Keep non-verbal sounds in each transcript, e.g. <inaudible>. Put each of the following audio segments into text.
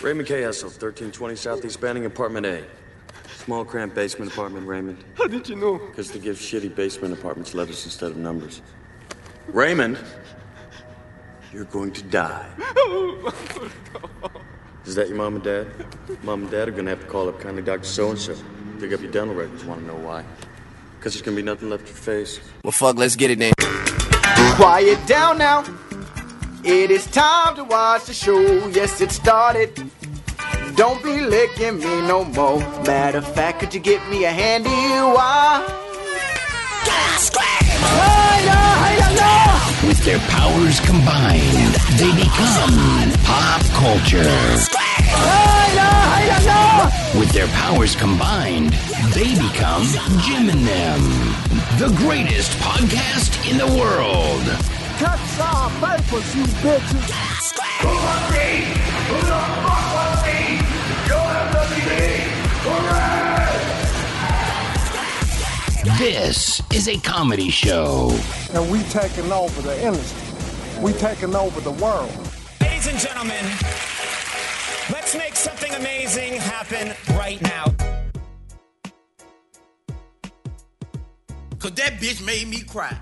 Raymond K. Essel, 1320 Southeast Banning, Apartment A. Small cramped basement apartment, Raymond. How <laughs> did you know? Because they give shitty basement apartments letters instead of numbers. Raymond, you're going to die. Is that your mom and dad? Mom and dad are going to have to call up kindly Dr. So and so. Pick up your dental records, want to know why. Because there's going to be nothing left of your face. Well, fuck, let's get it then. Quiet down now. It is time to watch the show. Yes, it started. Don't be licking me no more. Matter of fact, could you get me a handy wire? With their powers combined, they become pop culture. With their powers combined, they become Jim and them, the greatest podcast in the world. Cut our papers, you bitches. This is a comedy show. And we taking over the industry. We taking over the world. Ladies and gentlemen, let's make something amazing happen right now. Cause that bitch made me cry.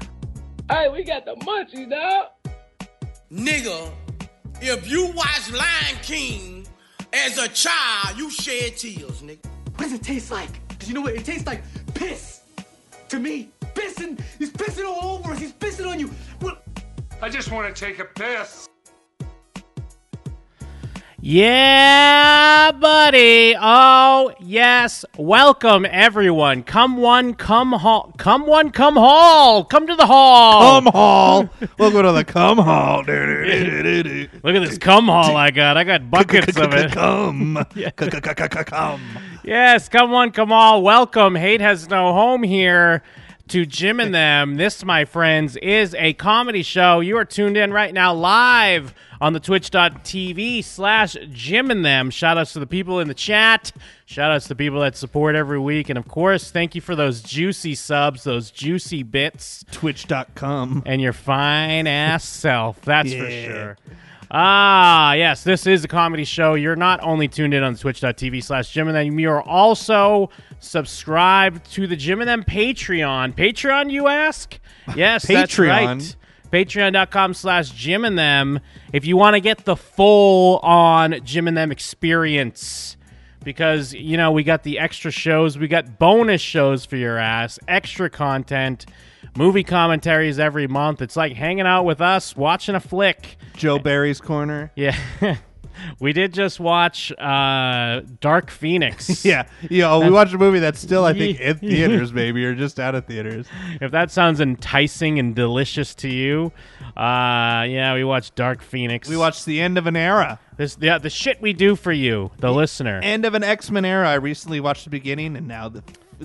Hey, we got the munchies, dog. Nigga, if you watch Lion King as a child, you shed tears, nigga. What does it taste like? Cause you know what? It tastes like piss. To me, pissing. He's pissing all over us. He's pissing on you. What? I just want to take a piss. Yeah, buddy. Oh, yes. Welcome, everyone. Come one, come hall. Come one, come hall. Come to the hall. Come hall. Welcome to the come hall. Do-do-do-do-do-do. Look at this cum hall I got. I got buckets of it. <laughs> Come. Come. Yes, come one, come all. Welcome. Hate has no home here to Jim and them. This, my friends, is a comedy show. You are tuned in right now live on the twitch.tv slash Jim and them. Shout outs to the people in the chat. Shout outs to the people that support every week. And of course, thank you for those juicy subs, those juicy bits, Twitch.com. and your fine ass self. That's for Yeah. sure. Ah, yes, this is a comedy show. You're not only tuned in on twitch.tv slash Jim and Them, you're also subscribed to the Jim and Them Patreon. Patreon, you ask? Yes, that's Patreon. right. Patreon.com slash Jim and Them if you want to get the full on Jim and Them experience. Because, you know, we got the extra shows, we got bonus shows for your ass, extra content, movie commentaries every month. It's like hanging out with us, watching a flick. Joe Barry's Corner. Yeah. <laughs> we did just watch uh, Dark Phoenix. <laughs> Yeah. Yeah. oh, We watched a movie that's still, I think, <laughs> Yeah. in theaters, maybe, or just out of theaters. If that sounds enticing and delicious to you, uh, yeah, we watched Dark Phoenix. We watched the end of an era. this, yeah, the shit we do for you, the listener. End of an X Men era. I recently watched the beginning, and now the,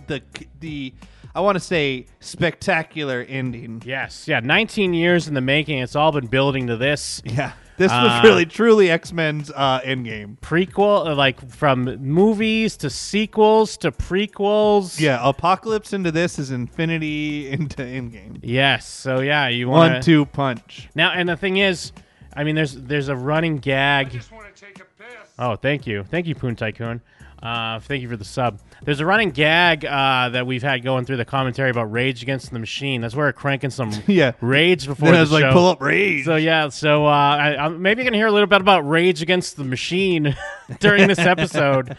the, the, I want to say spectacular ending. yes, yeah, 19 years in the making. It's all been building to this Yeah. <laughs> This Uh, was really, truly X Men's uh, endgame. prequel, uh, like from movies to sequels to prequels. Yeah. uh, Apocalypse into this is infinity into endgame. Yes. So yeah, you want One, two punch. now, and the thing is, I mean, there's there's a running gag. want to take a piss. Oh, thank you. Thank you, Poon Tycoon. Uh, thank you for the sub. There's a running gag uh, that we've had going through the commentary about Rage Against the Machine. That's where we're cranking some <laughs> Yeah. rage before Then the I was like, show. pull up rage. So yeah, so uh, I, I'm maybe gonna hear a little bit about Rage Against the Machine <laughs> during this <laughs> episode. Uh,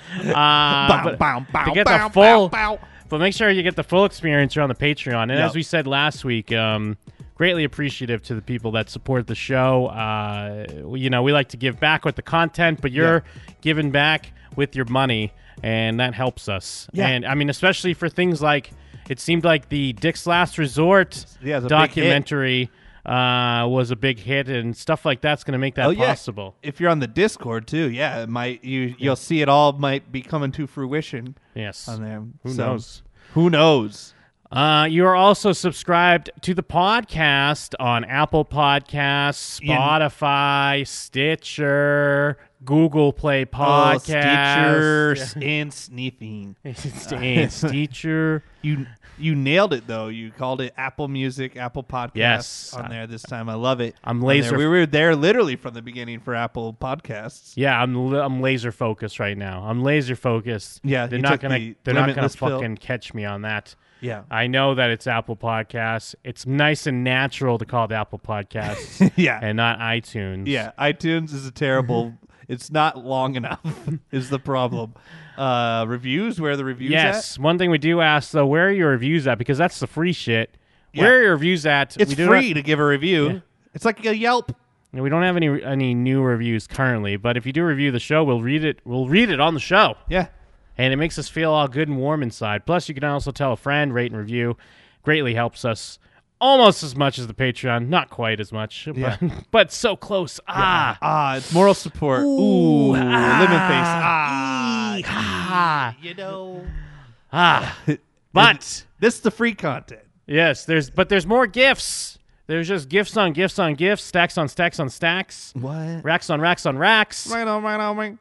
but bow, bow, to get bow, the full, bow, bow. but make sure you get the full experience here on the Patreon. And Yep. as we said last week, um, greatly appreciative to the people that support the show. Uh, you know, we like to give back with the content, but you're giving back with your money, and that helps us. Yeah. And I mean, especially for things like. It seemed like the Dick's Last Resort Yeah, it's a big hit. documentary uh, was a big hit, and stuff like that's going to make that possible. Oh, Yeah. If you're on the Discord too, yeah, it might you you'll see it all might be coming to fruition Yes. on there. Who So, knows? Who knows? Uh, you are also subscribed to the podcast on Apple Podcasts, Yeah. Spotify, Stitcher, Google Play Oh, Stitcher Podcast, <laughs> s- Uh, and sniffing. and <laughs> Stitcher. You you nailed it though. You called it Apple Music, Apple Podcasts Yes. on there this time. I love it. I'm On there. laser- We were there literally from the beginning for Apple Podcasts. <laughs> Yeah, I'm l- I'm laser focused right now. I'm laser focused. Yeah, they're you not took gonna the they're not gonna limitless pill. fucking catch me on that. Yeah. I know that it's Apple Podcasts. It's nice and natural to call it Apple Podcasts. <laughs> Yeah. and not iTunes. Yeah, iTunes is <laughs> a terrible. it's not long enough. <laughs> is the problem? Uh, reviews where are the reviews? Yes. One thing we do ask though, where are your reviews at? Because that's the free shit. Where are your reviews at? It's We do free not- to give a review. Yeah. It's like a Yelp. And we don't have any any new reviews currently, but if you do review the show, we'll read it. We'll read it on the show. Yeah. And it makes us feel all good and warm inside. Plus, you can also tell a friend, rate and review. Greatly helps us almost as much as the Patreon. Not quite as much, but, <laughs> but so close. Ah. Ah, it's moral support. Ooh, lemon face. Ah, Ah. you know. Ah. But this is the free content. yes, there's but there's more gifts. There's just gifts on gifts on gifts, stacks on stacks on stacks, What? racks on racks on racks. Right on, right on, right.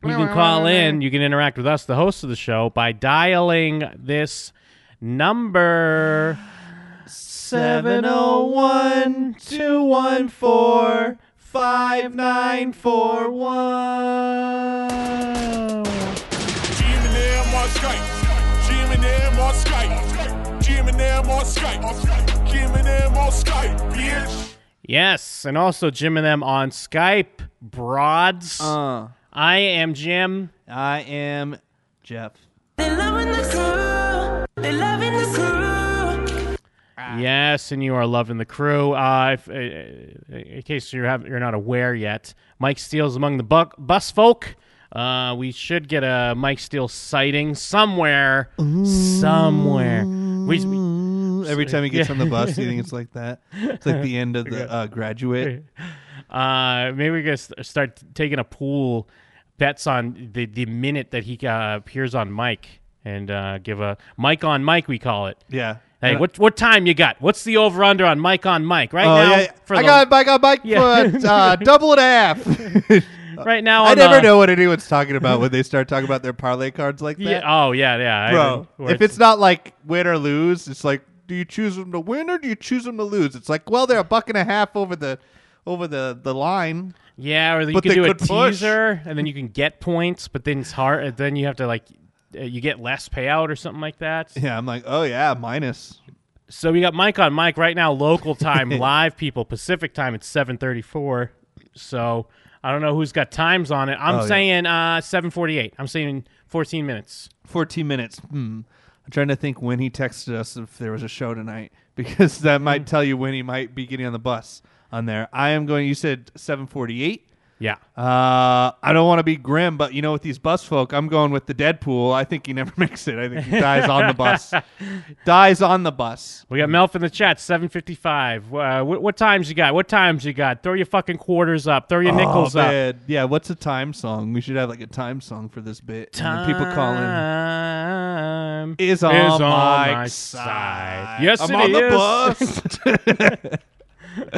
You can call in. You can interact with us, the host of the show, by dialing this number 701 214 GM and them on Skype. GM and them on Skype. GM and them on Skype. GM and them on Skype, bitch. Yes, and also Jim and them on Skype. Broads. Uh. I am Jim. I am Jeff. Yes, and you are loving the crew. Uh, if, uh, in case you have, you're not aware yet, Mike Steele's among the buck, bus folk. Uh, we should get a Mike Steele sighting somewhere, somewhere. We, we- Every time he gets Yeah. on the bus, you think it's like that? It's like the end of the uh, graduate. Uh, maybe we're gonna st- start taking a pool bets on the the minute that he uh, appears on Mike and uh, give a Mike on Mike. We call it. Yeah. Hey, And- what what time you got? What's the over under on Mike on Mike right Uh, Oh, now? yeah, yeah. I got I got Mike Yeah. <laughs> for, uh, double and a half. right now. I on never the- know what anyone's talking about when they start talking about their parlay cards like that. Yeah, oh yeah, yeah. I Bro, didn't- where if it's not like win or lose, it's like do you choose them to win or do you choose them to lose? It's like well they're a buck and a half over the over the the line. yeah, or you but can they do a could push. teaser and then you can get points, but then it's hard. Then you have to like uh, you get less payout or something like <laughs> that. <laughs> Yeah, I'm like oh yeah minus. So we got Mike on Mike right now, local <laughs> time, live people, Pacific time. It's seven thirty four. So I don't know who's got times on it. I'm Oh, yeah. saying uh, seven forty eight. I'm saying fourteen minutes. 14 minutes. Hmm. I'm trying to think when he texted us if there was a show tonight <laughs> because that might tell you when he might be getting on the bus on there. I am going you said 7:48. Yeah. Uh, I don't want to be grim, but you know with these bus folk, I'm going with the Deadpool. I think he never <laughs> makes it. I think he dies on the <laughs> bus. Dies on the bus. We got Melf in the chat, seven fifty five. Uh, what, what times you got? What times you got? Throw your fucking quarters up. Throw your nickels oh, up. man. Yeah, what's a time song? We should have like a time song for this bit. And then people calling Time is on, my, side. Yes, I'm it on is. <laughs> the bus. <laughs>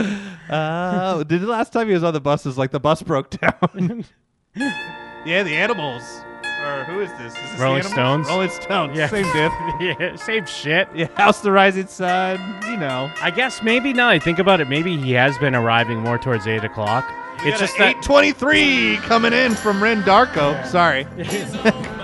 Uh, did the last time he was on the bus is like the bus <laughs> broke down. yeah, the animals. Or who is this? Is this the Rolling Animals? Stones? Rolling <laughs> Stones. Yeah. Oh, Same diff. yeah, same shit. Yeah, House the Rising Sun. You know. I guess maybe now that I think about it, maybe he has been arriving more towards eight o'clock. We it's got just an that 823 coming in from Ren Darko. Sorry.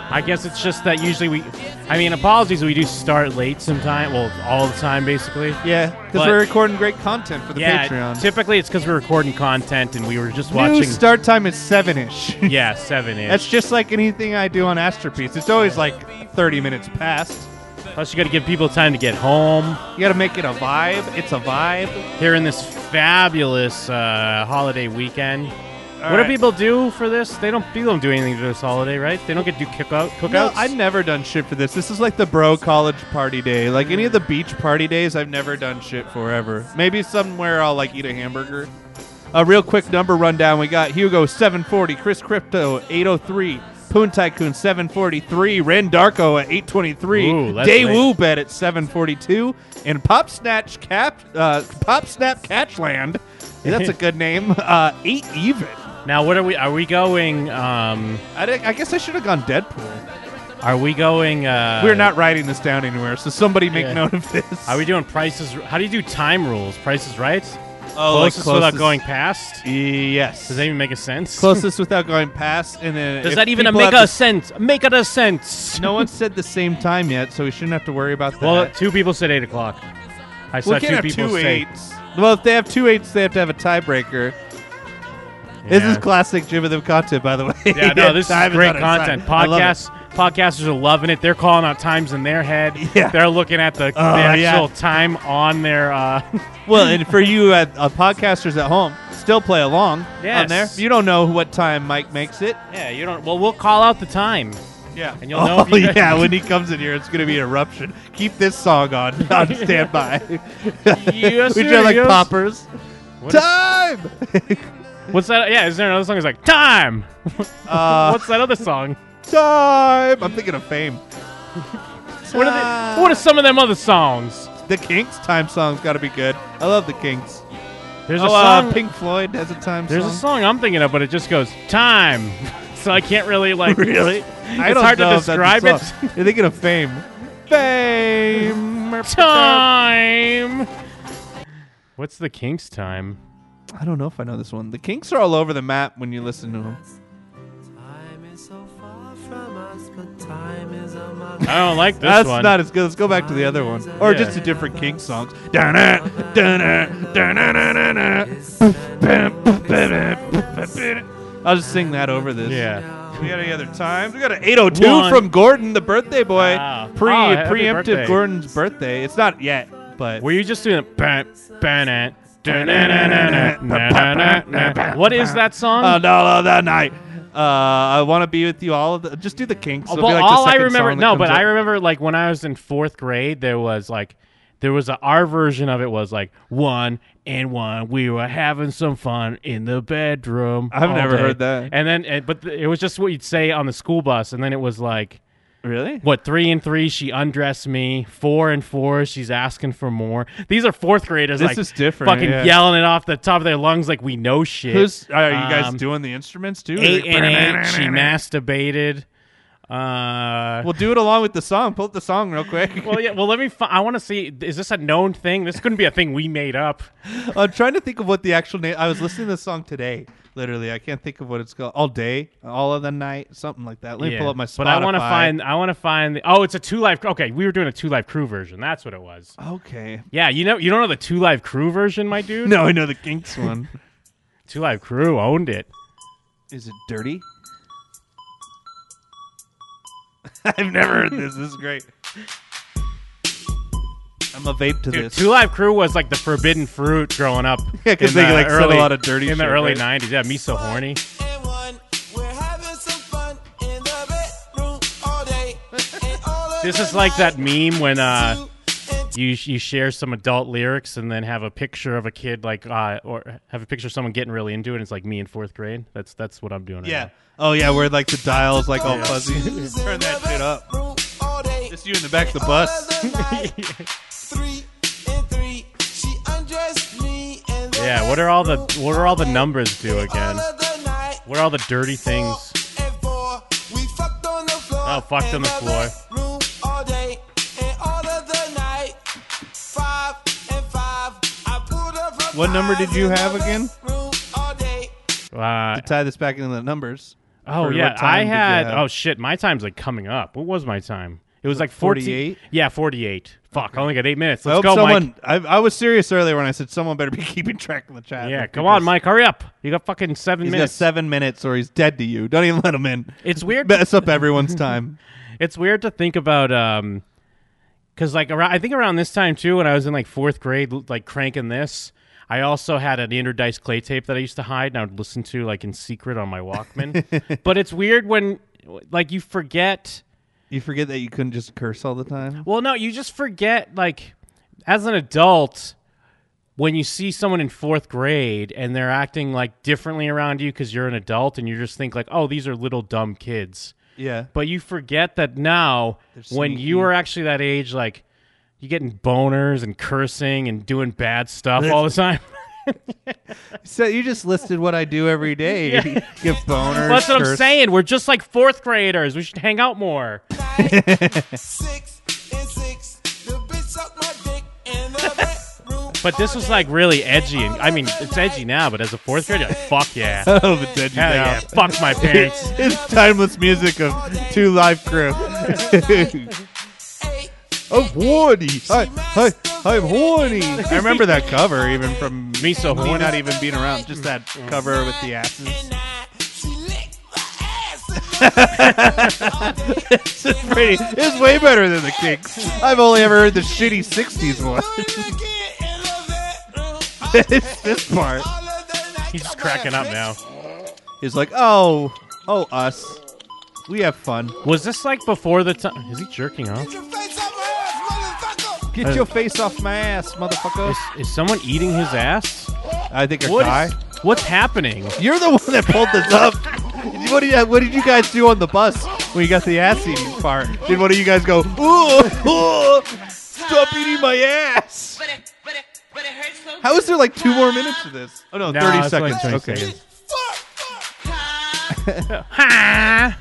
I guess it's just that usually we, I mean, apologies, we do start late sometime. Well, all the time basically. yeah, because But- we're recording great content for the yeah, Patreon. typically it's because we're recording content and we were just watching. New start time is seven ish. yeah, seven inch. That's just like anything I do on Astropiece. It's always like 30 minutes past. Plus, you got to give people time to get home. You got to make it a vibe. It's a vibe. Here in this fabulous uh, holiday weekend. what right. do people do for this? They don't. People don't do anything for this holiday, right? They don't get to do cookout cookouts. No, I've never done shit for this. This is like the bro college party day. Like any of the beach party days, I've never done shit for ever. Maybe somewhere I'll like eat a hamburger. A real quick number rundown. We got Hugo 740, Chris Crypto 803, Poon Tycoon 743, Ren Darko at 823, Ooh, that's Day late. Woo Bet at 742, and Pop <laughs> Snatch Cap uh, Pop Snap Catchland. That's a good name. Uh, eight even. Now, what are we? Are we going? Um, I, I guess I should have gone Deadpool. Are we going? Uh, We're not writing this down anywhere, so somebody make yeah. note of this. Are we doing prices? How do you do time rules? Prices right? Oh, like closest closest. without going past. Yes. Does that even make a sense? Closest without going past, and then Does if that even people make have a sense? Make it a sense. to- No one said the same time yet, so we shouldn't have to worry about that. Well, two people said eight o'clock. I saw we can't two have people two say. eights. Well, if they have two eights, they have to have a tiebreaker. This is Yeah. classic Jim of them content, by the way. <laughs> Yeah, no, this Time is great not a sign. content. I love it. Podcasts, podcasters are loving it. They're calling out times in their head. <laughs> Yeah. they're looking at the, the Oh, yeah. actual time on their. Uh, <laughs> Well, and for you uh, uh, podcasters at home, still play along on there. Yes. You don't know what time Mike makes it. yeah, you don't. Well, we'll call out the time. Yeah, <laughs> and you'll know. Oh, if you guys- yeah, when he comes in here, it's going to be an eruption. Keep this song on, <laughs> <laughs> on standby. Yes, <laughs> we sir, try like yes. poppers. What is- <laughs> time. What's that? Yeah, is there another song? It's like time. <laughs> Uh, What's that other song? time. I'm thinking of Fame. <laughs> What are uh, they, What are some of them other songs? The Kinks time song's got to be good. I love the Kinks. There's Oh, a uh, song. Pink Floyd has a time there's song. a song I'm thinking of, but it just goes time. <laughs> So I can't really like. Really? I it's don't hard to know if that's describe a it. song. You're thinking of Fame. <laughs> Fame. Time. What's the Kinks time? I don't know if I know this one. The Kinks are all over the map when you listen to them. Time is so far from us, but time is on my I don't like this That's one. not as good. Let's go back to the other one, or Yeah. just a different Kinks songs. Dun-dun, dun-dun, dun-dun-dun-dun. I'll just sing that over this. Yeah. We got any other times? We got an 802 One. from Gordon, the birthday boy. Wow. Pre Oh, happy preemptive birthday. Gordon's birthday. It's not yet, but Were you just doing a ban ban What is that song? Uh, no, no, that night. Uh, I want to be with you all. Of the, just do the Kinks. It'll be Oh, well, like the all I second remember, song that no, comes but up. I remember like when I was in fourth grade, there was like, there was a, our version of it was like one and one. We were having some fun in the bedroom. I've all never day. heard that. And then, and, but th- it was just what you'd say on the school bus, and then it was like. Really? What three and three? She undressed me. Four and four. She's asking for more. These are fourth graders. This like, is different, Fucking yeah. yelling it off the top of their lungs like we know shit. Who's, are you guys Um, doing the instruments too? Eight and eight. <laughs> She masturbated. Uh, Well, do it along with the song. Pull up the song real quick. <laughs> well, yeah. Well, let me. Fi- I want to see. Is this a known thing? This couldn't be a thing we made up. I'm trying to think of what the actual name. I was listening to this song today. Literally, I can't think of what it's called. All day, all of the night, something like that. Let me Yeah. pull up my Spotify. But I want to find. I want to find. The, oh, it's a two live. Okay, we were doing a two live crew version. That's what it was. Okay. <laughs> Yeah, you know, you don't know the two live crew version, my dude. No, I know the Kinks one. two live crew owned it. Is it dirty? <laughs> I've never heard this. This is great. I'm a vape to Dude, this. Two Live Crew was like the forbidden fruit growing up. <laughs> Yeah, 'cause in they, the like, said a early, lot of dirty in the shit, early right? '90s. Yeah, me so horny. and one. We're having some fun in the bedroom all day. And all of This the is like that meme when uh, night- you you share some adult lyrics and then have a picture of a kid like uh, or have a picture of someone getting really into it. And it's like me in fourth grade. That's that's what I'm doing. Right yeah. Oh yeah, where like the dials like all Yeah. fuzzy. <laughs> Turn that shit up. all day. Just you in the back of the bus. All of the night. three and three. She undressed me and now. <laughs> the Yeah. What are all the what are all the numbers do again? all of the night What are all the dirty things? and four. We fucked on the floor. Oh, fucked and on the floor. bedroom all day and all of the night. Five and five. I pulled up from What number did you have again? room <laughs> all day. Uh, to tie this back into the numbers. Oh for yeah, what time I did you had. have? Oh shit, my time's like coming up. What was my time? It was like 14 48? Yeah, forty-eight. Fuck, I only got eight minutes. I Let's hope go, Mike. someone. I, I was serious earlier when I said someone better be <laughs> keeping track of the chat. Yeah, Like, come on, because Mike, hurry up. You got fucking seven He's got minutes. seven minutes, or he's dead to you. Don't even let him in. It's weird. Mess up everyone's time. <laughs> It's weird to think about, um, because like around, I think around this time too, when I was in like fourth grade, l- like cranking this. I also had an interdice clay tape that I used to hide and I would listen to like in secret on my <laughs> Walkman. but it's weird when like you forget You forget that you couldn't just curse all the time. Well, no, you just forget. Like, as an adult, when you see someone in fourth grade and they're acting like differently around you because you're an adult, and you just think like, "Oh, these are little dumb kids." Yeah. But you forget that now, They're when you sneaky. are actually that age, like you're getting boners and cursing and doing bad stuff all the time. So you just listed what I do every day. <laughs> Yeah. Give boners. That's what I'm curse. saying. We're just like fourth graders. We should hang out more. But this was like really edgy, and I mean, it's edgy now. But as a fourth grader, like, fuck yeah, <laughs> <laughs> Oh, if it's edgy Hell now. yeah, fuck my parents. <laughs> it's timeless music of Two Live Crew. <laughs> I'm horny. I, I, I'm horny. I remember that cover even from me so horny. not even being around. Just that cover with the asses. <laughs> it's pretty. It's way better than the Kinks. I've only ever heard the shitty '60s one. <laughs> it's this part. He's just cracking up now. He's like, oh, oh, us. We have fun. Was this like before the time? Is he jerking off? Get your face off my ass, motherfucker. Is, is someone eating his ass? I think a What guy. is- what's happening? You're the one that pulled this up. <laughs> What did, you, what did you guys do on the bus when you got the ass eating part? Did one of you guys go, ooh, ooh, stop eating my ass? How is there like two more minutes of this? Oh no, No, 30 it's like seconds. 20 okay. seconds. I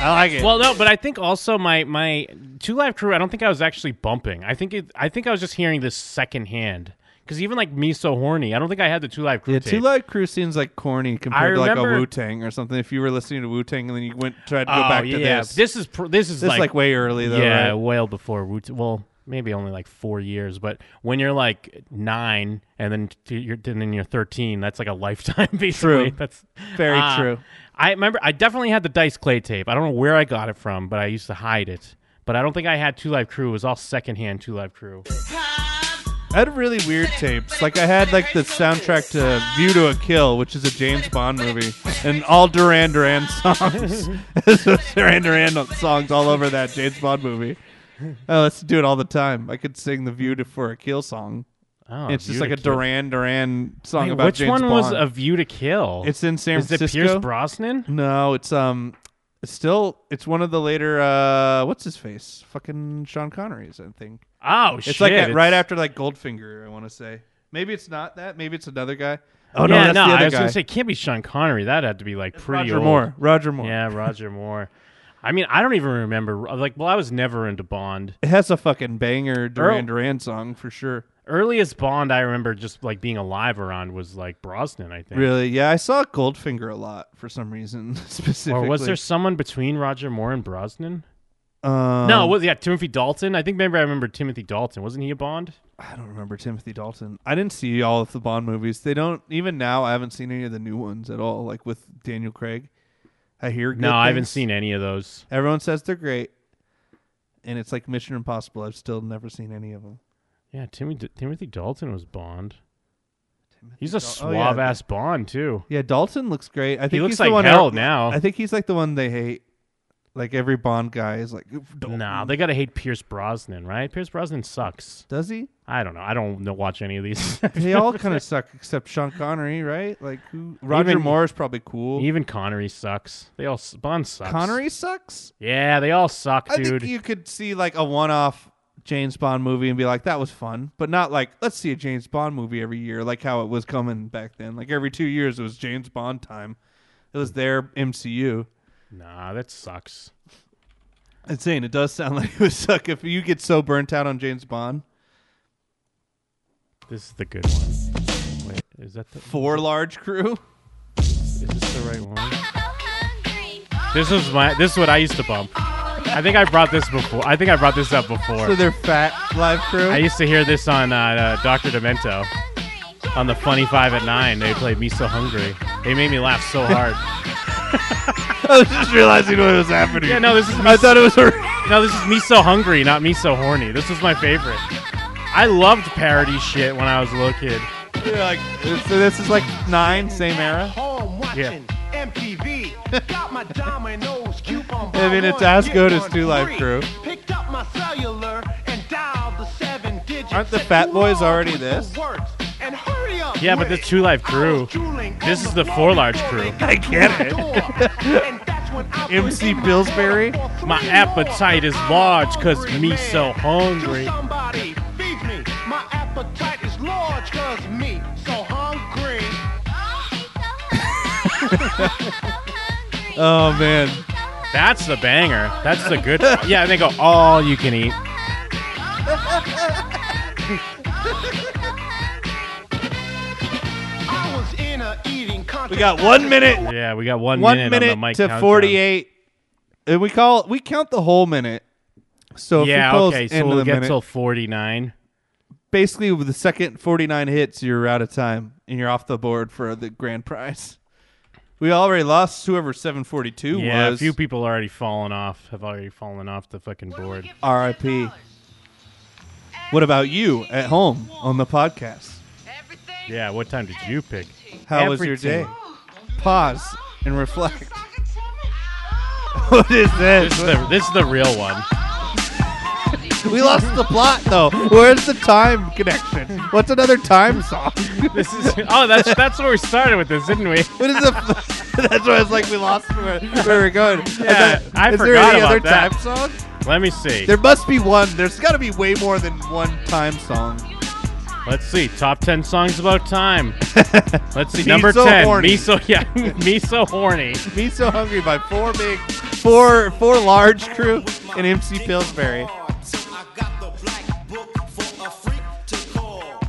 like it. Well, no, but I think also my my two live crew. I don't think I was actually bumping. I think it. I think I was just hearing this secondhand. Because even like me so horny, I don't think I had the two live crew. Yeah, tape. Two Live Crew seems like corny I compared to like a remember- Wu Tang or something. If you were listening to Wu Tang and then you went tried to go Oh, back to yeah. this, This is pr- this is like, way early though. Yeah, right? well before Wu. Well, maybe only like four years, but when you're like nine and then t- you're and then you're thirteen, that's like a lifetime. <laughs> Basically, True. that's Very Ah, true. I remember I definitely had the Dice Clay tape. I don't know where I got it from, but I used to hide it. But I don't think I had Two Live Crew. It was all secondhand Two Live Crew. I had really weird tapes. Like I had like the soundtrack to View to a Kill, which is a James Bond movie, and all Duran Duran <laughs> songs. So Duran Duran songs all over that James Bond movie. Oh, let's do it all the time. I could sing the View to for a Kill song. Oh, it's just View like to a Kill. Duran Duran song Wait, about which James one Bond. was A View to Kill? It's in San Is it Francisco. Pierce Brosnan? No, it's um, it's still it's one of the later. uh What's his face? Fucking Sean Connery's, I think. Oh, it's shit, like at- right it's- after like Goldfinger. I want to say maybe it's not that. Maybe it's another guy. Oh no, yeah, that's the other I was guy. gonna say it can't be Sean Connery. That had to be like pretty Roger old. Moore. Roger Moore. Yeah, Roger Moore. I mean, I don't even remember. uh, Like, well, I was never into Bond. It has a fucking banger Duran Earl- Duran song for sure. Earliest Bond I remember just like being alive around was like Brosnan, I think. Really? Yeah, I saw Goldfinger a lot for some reason <laughs> Or specifically. was there someone between Roger Moore and Brosnan? Um, no, was yeah Timothy Dalton? I think remember I remember Timothy Dalton. Wasn't he a Bond? I don't remember Timothy Dalton. I didn't see all of the Bond movies. They don't even now. I haven't seen any of the new ones at all. Like with Daniel Craig. I hear. good No, I haven't things. seen any of those. Everyone says they're great, and it's like Mission Impossible. I've still never seen any of them. Yeah, Timothy Timothy Dalton was Bond. He's a Dal- oh, yeah, suave ass Bond too. Yeah, Dalton looks great. I think looks he's like the one hell I- now. I think he's like the one they hate. Like every Bond guy is like, "Oof, Dalton." Nah, they gotta hate Pierce Brosnan, right? Pierce Brosnan sucks. Does he? I don't know. I don't know, watch any of these. <laughs> they all kind of suck except Sean Connery, right? Like who? Roger Even- Moore is probably cool. Even Connery sucks. They all s- Bond sucks. Connery sucks. Yeah, they all suck, I dude. think you could see like a one-off James Bond movie and be like, that was fun, but not like let's see a James Bond movie every year, like how it was coming back then. Like every two years, it was James Bond time. It was their MCU. nah, that sucks. It's saying it does sound <laughs> like it would suck if you get so burnt out on James Bond. This is the good one. Wait, is that the Four large crew. Is this the right one? This is my. This is what I used to bump. I think I brought this before. I think I brought this up before. So they're fat live crew. I used to hear this on uh, uh, Doctor Demento, on the Funny Five at Nine. They played "Me So Hungry." They made me laugh so hard. <laughs> I was just realizing what was happening. Yeah, no, this is. Me I thought it was. A- <laughs> No, this is me so hungry, not me so horny. This was my favorite. I loved parody shit when I was a little kid. Yeah, like so this is like nine, same era. Home Yeah. watching MTV. Got my dominoes coupon. <laughs> I mean, buy it's one, as get good as one Two Live free. Crew. Picked up my cellular and dialed the seven digits. Aren't the Said, Fat "Who Boys already knows this?" the words? And hurry up Yeah, but with this it. Two Live Crew, this is the Four Large Crew. I get it. <laughs> MC Billsbury. My appetite is large because me so hungry. Somebody feed me. My appetite is large 'cause me so hungry. oh man, that's the banger. That's the good. yeah, and they go all you can eat. We got one minute. Yeah, we got one, one minute, minute, on the mic to countdown. forty-eight, and we call we count the whole minute. So if yeah, we pull us okay, so into we'll the get minute, till forty-nine. basically with the second 49 hits you're out of time and you're off the board for the grand prize we already lost whoever 742 Yeah, a was few people already fallen off. Have already fallen off the fucking board. rip what about you at home on the podcast Yeah, what time did you pick? how was your Everything. day pause and reflect what is this This is the, this is the real <laughs> one. we lost the plot though where's the time connection what's another time song <laughs> This is <laughs> oh, that's that's where we started with this, didn't we? What is the? <laughs> that's why I was like, we lost where, where we're going. Yeah, Is I there forgot any about other that. time song? Let me see. There must be one. There's got to be way more than one time song. Let's see. Top ten songs about <laughs> time. Let's see. Me Number so ten. horny. Me so <laughs> yeah. Me so horny. Me so hungry by four big, four four large crew and MC Pillsbury.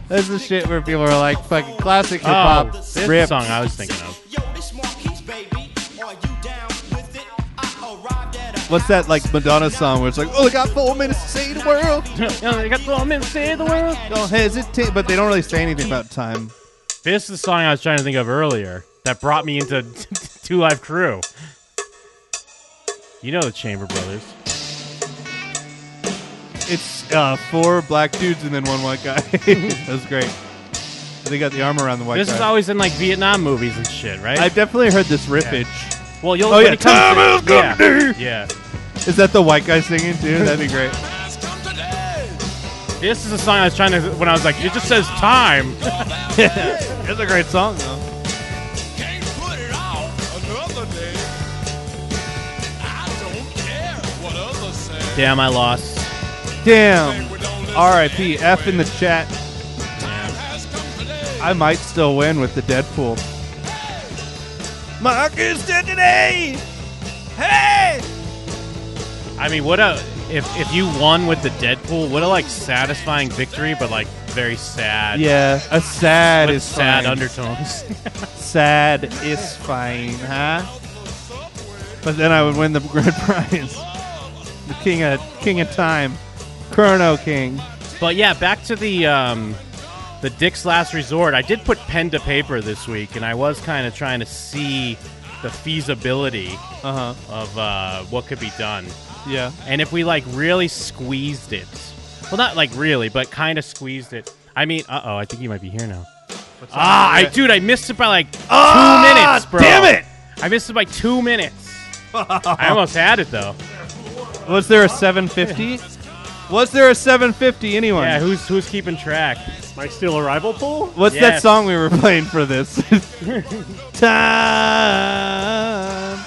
That's the shit where people are like fucking classic hip hop. Oh, this ripped. song I was thinking of. <laughs> What's that like Madonna song where it's like, oh, they got four minutes to save the world. they got four minutes to save the world. Don't hesitate, but they don't really say anything about time. This is the song I was trying to think of earlier that brought me into <laughs> Two Live Crew. You know the Chamber Brothers. It's uh, four black dudes and then one white guy. <laughs> that was great. They got the arm around the white this guy. is always in like Vietnam movies and shit, right? I've definitely heard this riffage. Well, you'll. Oh, when yeah, it comes time to- is gonna yeah, do. yeah. Is that the white guy singing too? That'd be great. This is the song I was trying to when I was like, it just says time. <laughs> it's a great song though. Damn, I lost. Damn. R.I.P. F in the chat. I might still win with the Deadpool. Mark is dead today. Hey. I mean, what a if if you won with the Deadpool, what a like satisfying victory, but like very sad. Yeah, a sad With is sad fine. undertones. <laughs> sad is fine, huh? But then I would win the <laughs> grand prize, the king of king of time, Chrono King. But yeah, back to the um, the Dick's Last Resort. I did put pen to paper this week, and I was kind of trying to see the feasibility of uh, what could be done. Uh-huh. Yeah. and if we like really squeezed it, well, not like really, but kind of squeezed it. I mean, uh oh, I think you might be here now. ah, I, dude, I missed it by like Ah, two minutes, bro. damn it! I missed it by two <laughs> minutes. I almost had it though. Was there a 750? Was there a 750? Anyone? Yeah, who's who's keeping track? My steel arrival pool. What's that song we were playing for <laughs> this? time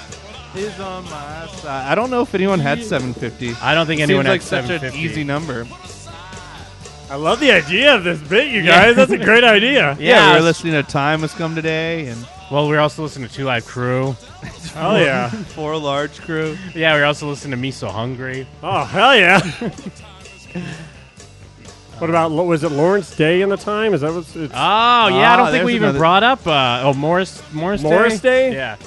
is on my side. I don't know if anyone had 750. I don't think Seems anyone had like such 750. an <laughs> easy number. I love the idea of this bit, you guys. That's a great <laughs> idea. Yeah, we were listening to "Time Has Come Today," and Well, we're also listening to Two Live Crew. Hell yeah. four large crew. Yeah, we're also listening to Me So Hungry. Oh hell yeah! what about what was it Lawrence Day in the time? Is that what's it's, Oh yeah, I Ah, don't think there's we even another- brought up. Uh, oh, Morris Morris Morris Day? Yeah,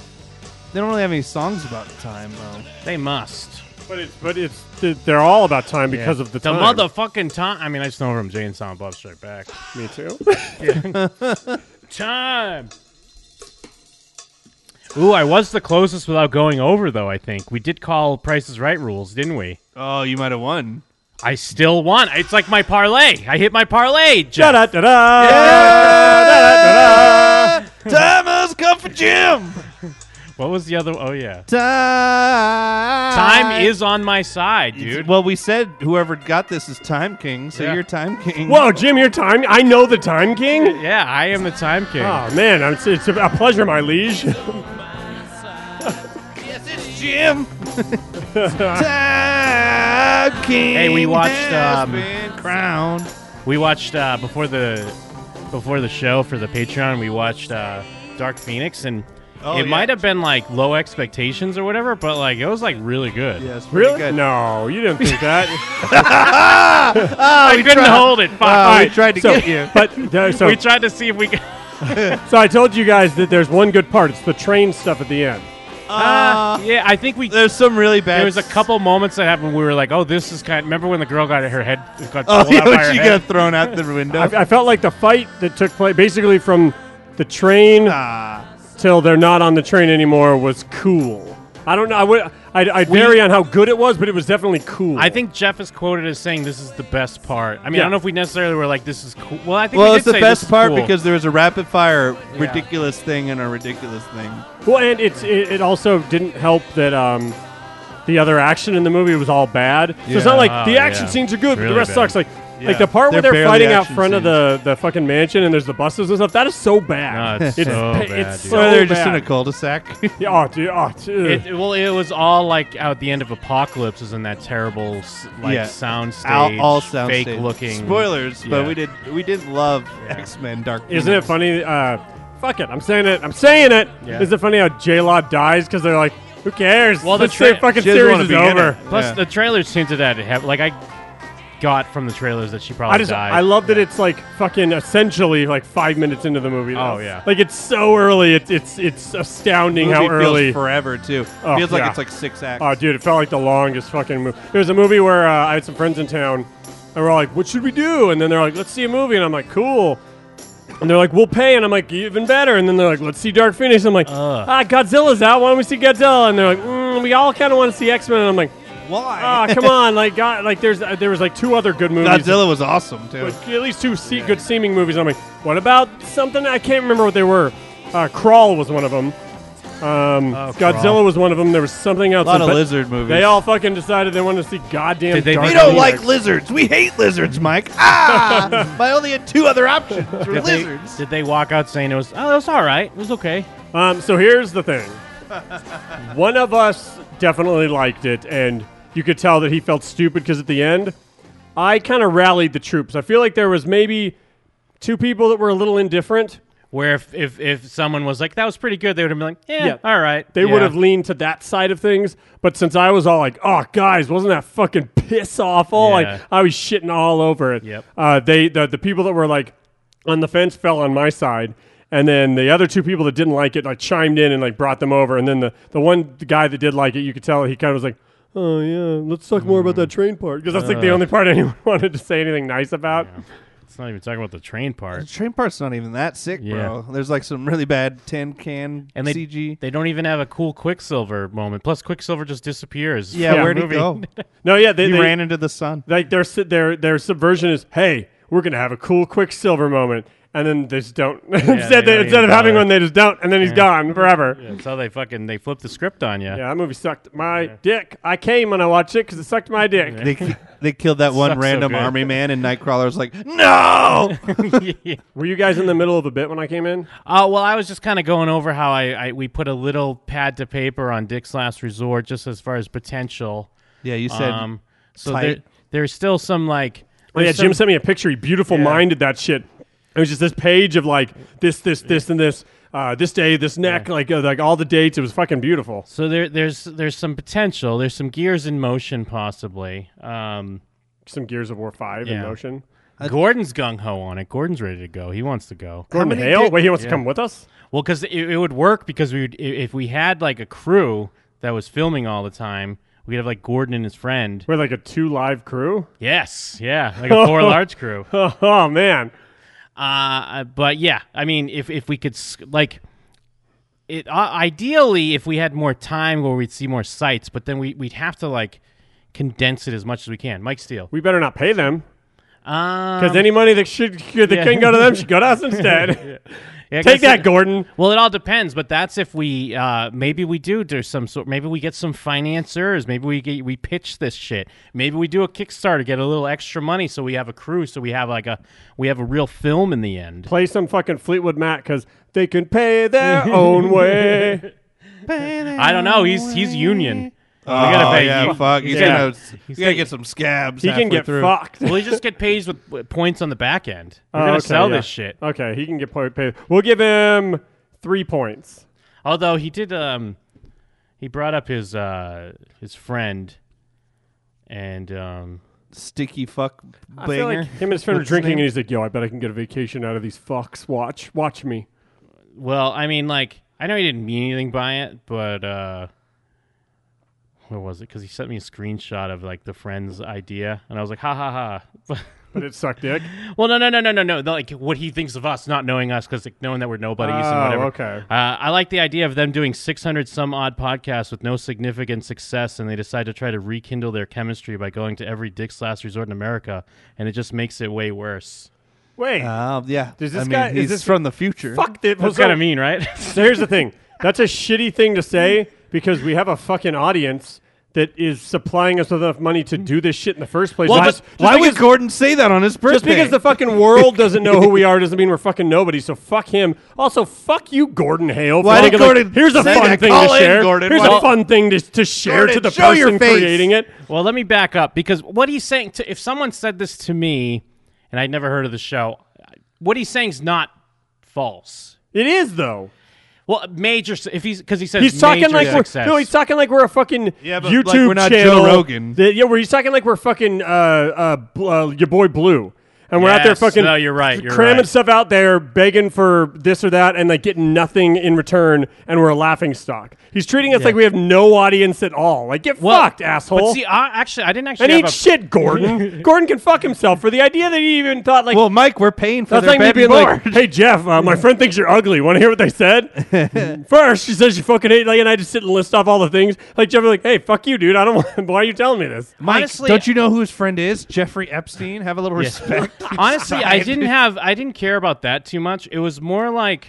They don't really have any songs about time though. they must. But it's but it's th- they're all about time because of the time. The motherfucking time. I mean, I just know from Jane Silent Bob Straight Back. Me too. Yeah. <laughs> time. Ooh, I was the closest without going over though. I think we did call Prices Right rules, didn't we? Oh, you might have won. I still won. It's like my parlay. I hit my parlay. Da Jeff. da da da da da <laughs> Time has come for Jim. What was the other? Oh yeah, Time. time is on my side, dude. Well, we said whoever got this is Time King, so Yeah. you're Time King. Whoa, Oh, Jim, your time. I know the time <laughs> king. Yeah, I am the time king. Oh man, I'm- it's, it's a pleasure, my liege. <laughs> Jim. time King. Hey, we watched, has um, been crowned. We watched uh, before the before the show for the Patreon. We watched uh, Dark Phoenix, and Oh, it yeah. might have been like low expectations or whatever, but like it was like really good. Yeah, it's Really? No, you didn't think <laughs> that. I Oh, we couldn't tried- hold it. Fuck. Oh, Wow, we Alright, tried to so- get you. But, <laughs> <laughs> uh, so- we tried to see if we could. so I told you guys that there's one good part. It's the train stuff at the end. Uh, <laughs> yeah, I think we. There's some really bad. There was a couple moments that happened. We were like, "Oh, this is kind." remember when the girl got her head got <laughs> Oh, pulled yeah, out by when her she head? got thrown out the window. <laughs> I, I felt like the fight that took place basically from the train till they're not on the train anymore was cool. I don't know. I would. I, I We- vary on how good it was, but it was definitely cool. I think Jeff is quoted as saying this is the best part. I mean, Yeah. I don't know if we necessarily were like, "This is cool." Well, I think well, we it's did the say this best is part cool. <laughs> because there was a rapid fire Yeah. ridiculous thing and a ridiculous thing. Well, and it's it, it also didn't help that um, the other action in the movie was all bad. So it's not Yeah. like Oh, the action yeah. scenes are good, but the Really rest bad. sucks. Like Yeah. like the part where They're they're barely fighting out action front of the, the fucking mansion and there's the buses and stuff. That is so <laughs> bad. <laughs> No, it's so pa- bad, It's Oh, dude. so Or they're just in a bad. cul-de-sac. yeah, oh, dude, oh, dude. It, well, it was all like at the end of Apocalypse was in that terrible s- like <laughs> Yeah. sound stage, all, all sound fake stage. looking Spoilers, but Yeah. we did we did love X Men Dark. Isn't it Phoenix. funny? Uh, fuck it, I'm saying it. I'm saying it. Yeah. Is it funny how J Law dies because they're like, who cares? Well, the Let's say tra- fucking She doesn't series wanna is be in over. it. Plus, the trailers hinted at it. Have, like I got from the trailers that she probably I just died. I love that it's like fucking essentially like five minutes into the movie. though. Oh, yeah. like it's so early. It's it's it's astounding Movie how feels early forever, too. Oh, Feels like yeah. it's like six acts. Oh dude, it felt like the longest fucking movie. There was a movie where uh, I had some friends in town, and we're all like, "What should we do?" And then they're like, "Let's see a movie," and I'm like, "Cool." And they're like, "We'll pay," and I'm like, "Even better." And then they're like, "Let's see Dark Phoenix." I'm like, "Ah, Godzilla's out. Why don't we see Godzilla?" And they're like, mm, "We all kind of want to see X Men." And I'm like, "Why? <laughs> <laughs> Ah, come on! Like, God, like there's uh, there was like two other good movies. Godzilla was awesome, too. But at least two se- good seeming movies. I'm like, what about something? I can't remember what they were. Uh, Crawl was one of them. Um, Oh, Godzilla Crawl. was one of them. There was something else. Lot of but lizard movies. They all fucking decided they wanted to see goddamn. Did they Dark we don't Phoenix. like lizards. We hate <laughs> lizards, Mike. Ah! I only had two other options. were did they, lizards. did they walk out saying it was? Oh, it was all right. It was okay. Um, so here's the <laughs> thing. One of us definitely liked it, and you could tell that he felt stupid because at the end, I kind of rallied the troops. I feel like there was maybe two people that were a little indifferent. Where if, if if someone was like that was pretty good, they would have been like, yeah, Yeah. all right. They Yeah. would have leaned to that side of things, but since I was all like, "Oh, guys, wasn't that fucking piss awful?" Yeah. Like I was shitting all over it. Yep. Uh, they the the people that were like on the fence fell on my side, and then the other two people that didn't like it like chimed in and like brought them over, and then the the one guy that did like it, you could tell he kind of was like. Oh yeah, let's talk more about that train part because that's like the Uh. only part <laughs> anyone wanted to say anything nice about. Let's not even talk about the train The part. train part's not even that sick, Yeah. bro. There's like some really bad tin can And they CG. they don't even have a cool Quicksilver moment. Plus, Quicksilver just disappears. Yeah, from the where'd he movie. go? No, yeah, they, <laughs> He they- ran into the sun. Like their su- their their subversion is, hey, we're gonna have a cool Quicksilver moment, and then they just don't. <laughs> they instead, they don't instead even of having bother. one, they just don't, and then he's Yeah. gone forever. Yeah. Yeah, so they fucking they flip the script on you. that movie sucked my dick. I came when I watched it because it sucked my dick. <laughs> They, ki- they killed that one Sucks so random good. army man, and Nightcrawler's like, no! Were you guys in the middle of a bit when I came in? Uh, well, I was just kind of going over how I, I we put a little pad to paper on Dick's Last Resort, just as far as potential. Yeah, you said Um, so. tight. There, there's still some like. Oh yeah, there's Jim some- sent me a picture. He beautiful Yeah. minded that shit. It was just this page of like this, this, this, and this. Uh, this day, this neck, like uh, like all the dates. It was fucking beautiful. So there, there's there's some potential. There's some gears in motion, possibly. Um, Some Gears of War five in Yeah. motion. Gordon's gung ho on it. Gordon's ready to go. He wants to go. Gordon many Hale. dick- Wait, he wants Yeah. to come with us. Well, because it, it would work because we would, i- if we had like a crew that was filming all the time, we'd have like Gordon and his friend. We're like a two live crew. <laughs> Yes, yeah, like a four large crew. oh man. Uh, but yeah, I mean, if if we could s- like it, uh, ideally, if we had more time where we'd see more sites, but then we we'd have to like condense it as much as we can. Mike Steele, We better not pay them because because any money that should that Um, yeah. can go to them should go to <laughs> us instead. Take that, Gordon. Well, it all depends, but that's if we uh, maybe we do do some sort. Maybe we get some financiers. Maybe we get, we pitch this shit. Maybe we do a Kickstarter, get a little extra money, so we have a crew, so we have like a we have a real film in the end. Play some fucking Fleetwood Mac because they can pay <laughs> their own way. I don't know. He's he's union. Oh, we gotta pay yeah, you. fuck. He's Yeah. gonna, he's gonna get some scabs. He can halfway get through. fucked. Well, he just get paid with- with points on the back end. We're Oh, gonna okay, sell yeah. this shit. Okay, he can get paid. paid. We'll give him three points. Although he did, um, he brought up his uh, his friend, and um, sticky fuck I feel like him and his friend are drinking, and he's like, "Yo, I bet I can get a vacation out of these fucks. Watch, watch me." Well, I mean, like, I know he didn't mean anything by it, but uh, what was it? Because he sent me a screenshot of like the friend's idea, and I was like, ha ha ha. <laughs> But it sucked dick. well, no, no, no, no, no, no. Like what he thinks of us, not knowing us, because like, knowing that we're nobodies and Oh, whatever. okay. Uh, I like the idea of them doing 600 some odd podcasts with no significant success, and they decide to try to rekindle their chemistry by going to every Dick's Last Resort in America, and it just makes it way worse. <laughs> Wait. Uh, yeah. Does I this mean, guy? he's is this from the future. Fuck that. That's kinda mean, right? <laughs> so here's the thing. That's a shitty thing to say because we have a fucking audience that is supplying us with enough money to do this shit in the first place. Well, why just- just why because would Gordon say that on his Just birthday? because the fucking world doesn't know who we are doesn't mean we're fucking nobody. So fuck him. Also, fuck you, Gordon Hale. for Why did thinking, like, Gordon Here's a say fun that? thing Call to in, share. Gordon. Here's Why- a fun thing to, to share Gordon, to the show person your face. creating it. Well, let me back up because what he's saying to if someone said this to me and I'd never heard of the show, what he's saying is not false. It is though. Well, major su- if he's because he says He's talking major like success. we're no. He's talking like we're a fucking but, YouTube like, we're not Joe channel. Rogan. that- yeah, where he's talking like we're fucking uh, uh, bl- uh, your boy Blue, and we're out there Yes. fucking No, you're right, you're cramming right. stuff out there, begging for this or that, and like getting nothing in return, and we're a laughing stock. He's treating us Yeah. like we have no audience at all. Like get Well, fucked, asshole. But see, I, actually, I didn't actually. and have eat a- shit, Gordon. Gordon can fuck himself for the idea that he even thought like. Well, Mike, we're paying for that's their like me baby being like, board. "Hey Jeff, uh, my friend thinks you're ugly. Want to hear what they said?" First, she says she fucking hate like, and I just sit and list off all the things. Like Jeff, was like, "Hey, fuck you, dude. I don't. <laughs> want Why are you telling me this?" Mike, don't you know who his friend is? Jeffrey Epstein. Have a little <laughs> Yeah. respect. <laughs> Honestly, I Side. didn't have I didn't care about that too much. It was more like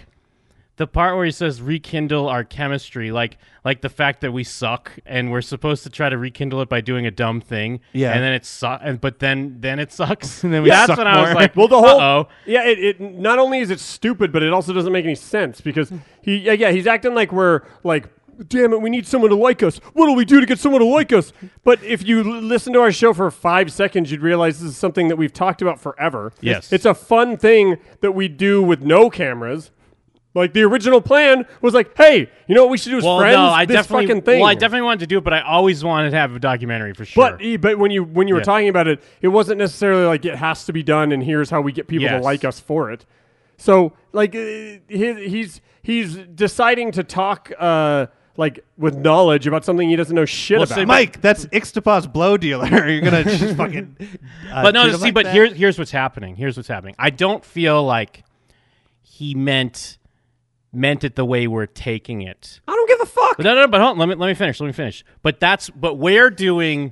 the part where he says rekindle our chemistry, like like the fact that we suck and we're supposed to try to rekindle it by doing a dumb thing. Yeah. and then it sucks, and but then then it sucks. <laughs> And then we that's suck when I was more. <laughs> like, Well, the whole oh yeah, it, it not only is it stupid, but it also doesn't make any sense because he yeah, yeah he's acting like we're like. Damn it, we need someone to like us. What do we do to get someone to like us? But if you l- listen to our show for five seconds, you'd realize this is something that we've talked about forever. Yes. It's a fun thing that we do with no cameras. Like the original plan was like, hey, you know what we should do as well, friends? no, I this definitely fucking thing. well, I definitely wanted to do it, but I always wanted to have a documentary for sure. But e- but when you when you were Yeah. talking about it, it wasn't necessarily like it has to be done, and here's how we get people to Yes. like us for it. So like uh, he, he's he's deciding to talk uh, like with knowledge about something he doesn't know shit Well, about. say- Mike, that's Ixtapah's blow dealer. <laughs> You're gonna just fucking. uh, but no, treat see, him like but that? here's here's what's happening. Here's what's happening. I don't feel like he meant meant it the way we're taking it. I don't give a fuck. no, no, no, but hold on. Let me let me finish. Let me finish. But that's but we're doing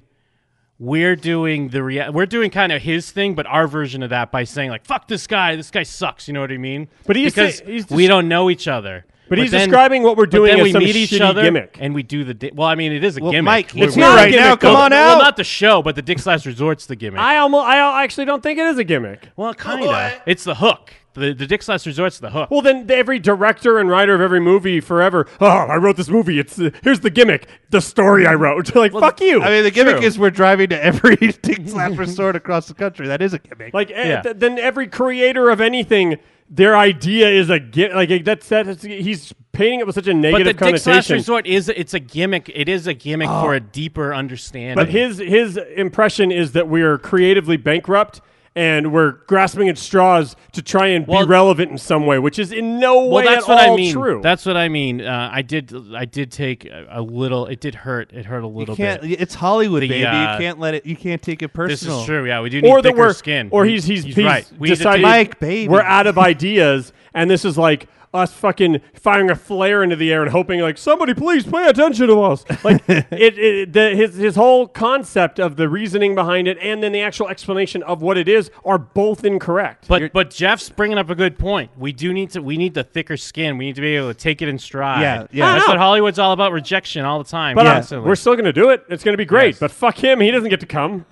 we're doing the rea- we're doing kind of his thing, but our version of that by saying like "fuck this guy," this guy sucks. You know what I mean? But he's because say- he's we des- don't know each other. But he's describing what we're but doing then as we some meet each shitty other gimmick. and we do the. Di- well, I mean, it is a Well, gimmick. Mike, We're- it's here right now. Come on Well, out. not the show, but the Dick's Last Resort's the gimmick. I almost I actually don't think it is a gimmick. Well, Kinda. It's the hook. The the Dick's Last Resort's the hook. Well, then every director and writer of every movie forever. Oh, I wrote this movie. It's uh, here's the gimmick, the story I wrote. <laughs> like fuck you. I mean, the gimmick True. is we're driving to every <laughs> Dick Slap resort across the country. That is a gimmick. Like eh, th- then every creator of anything, their idea is a gi- like eh, that's that is- he's painting it with such a But the negative Dick's Last connotation. Resort is it's a gimmick. It is a gimmick Oh. for a deeper understanding. But his his impression is that we're creatively bankrupt and we're grasping at straws to try and be relevant in some way, which is in no way well, at that's what all I mean. true. That's what I mean. Uh, I did I did take a, a little. It did hurt. It hurt a little can't- bit. It's Hollywood, The, baby. uh, you can't let it. You can't take it This personal. is true. Yeah, we do need thicker skin. Or We- he's he's, he's he's right. We need to decided take- Mike, baby. we're out of ideas, and this is like us fucking firing a flare into the air and hoping like somebody please pay attention to us. Like it, it the, his his whole concept of the reasoning behind it and then the actual explanation of what it is are both incorrect. But but Jeff's bringing up a good point. We do need to we need the thicker skin. We need to be able to take it in stride. Yeah, yeah. That's I know. what Hollywood's all about. Rejection all the time. But uh, constantly. we're still going to do it. It's going to be great. But fuck him. He doesn't get to come.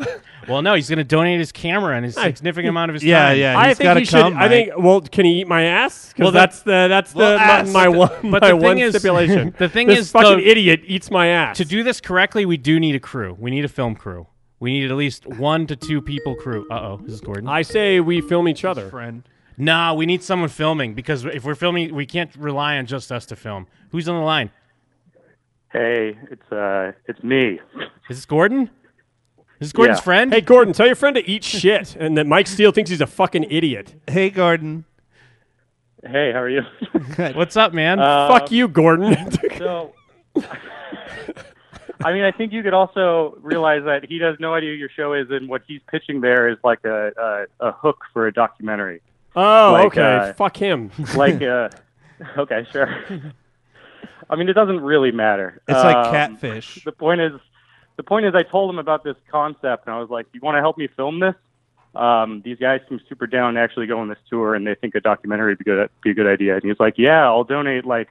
well, no, he's going to donate his camera and his I- significant amount of his Yeah, time. yeah, I think he should. I think. Well, can he eat my ass? 'Cause Well, that's the that's well, the ass, my, my but the- one but my the thing one is- stipulation. <laughs> the thing This is, fucking though- idiot eats my ass. To do this correctly, we do need a crew. We need a film crew. We need at least one to two people crew. Uh oh, this is Gordon. I say we film each other. Friend. nah, we need someone filming because if we're filming, we can't rely on just us to film. Who's on the line? Hey, it's uh, it's me. Is this Gordon? Is this Gordon's friend? Hey, Gordon, tell your friend to eat shit and that Mike Steele thinks he's a fucking idiot. Hey, Gordon. Hey, how are you? <laughs> What's up, man? Uh, Fuck you, Gordon. <laughs> so, I mean, I think you could also realize that he has no idea your show is, and what he's pitching there is like a a, a hook for a documentary. Oh, Like, okay. uh, Fuck him. <laughs> Like, uh, okay, sure. I mean, it doesn't really matter. It's like Um, catfish. The point is, the point is, I told him about this concept, and I was like, "You want to help me film this?" Um, these guys seem super down to actually go on this tour, and they think a documentary would be good be a good idea. And he's like, "Yeah, I'll donate like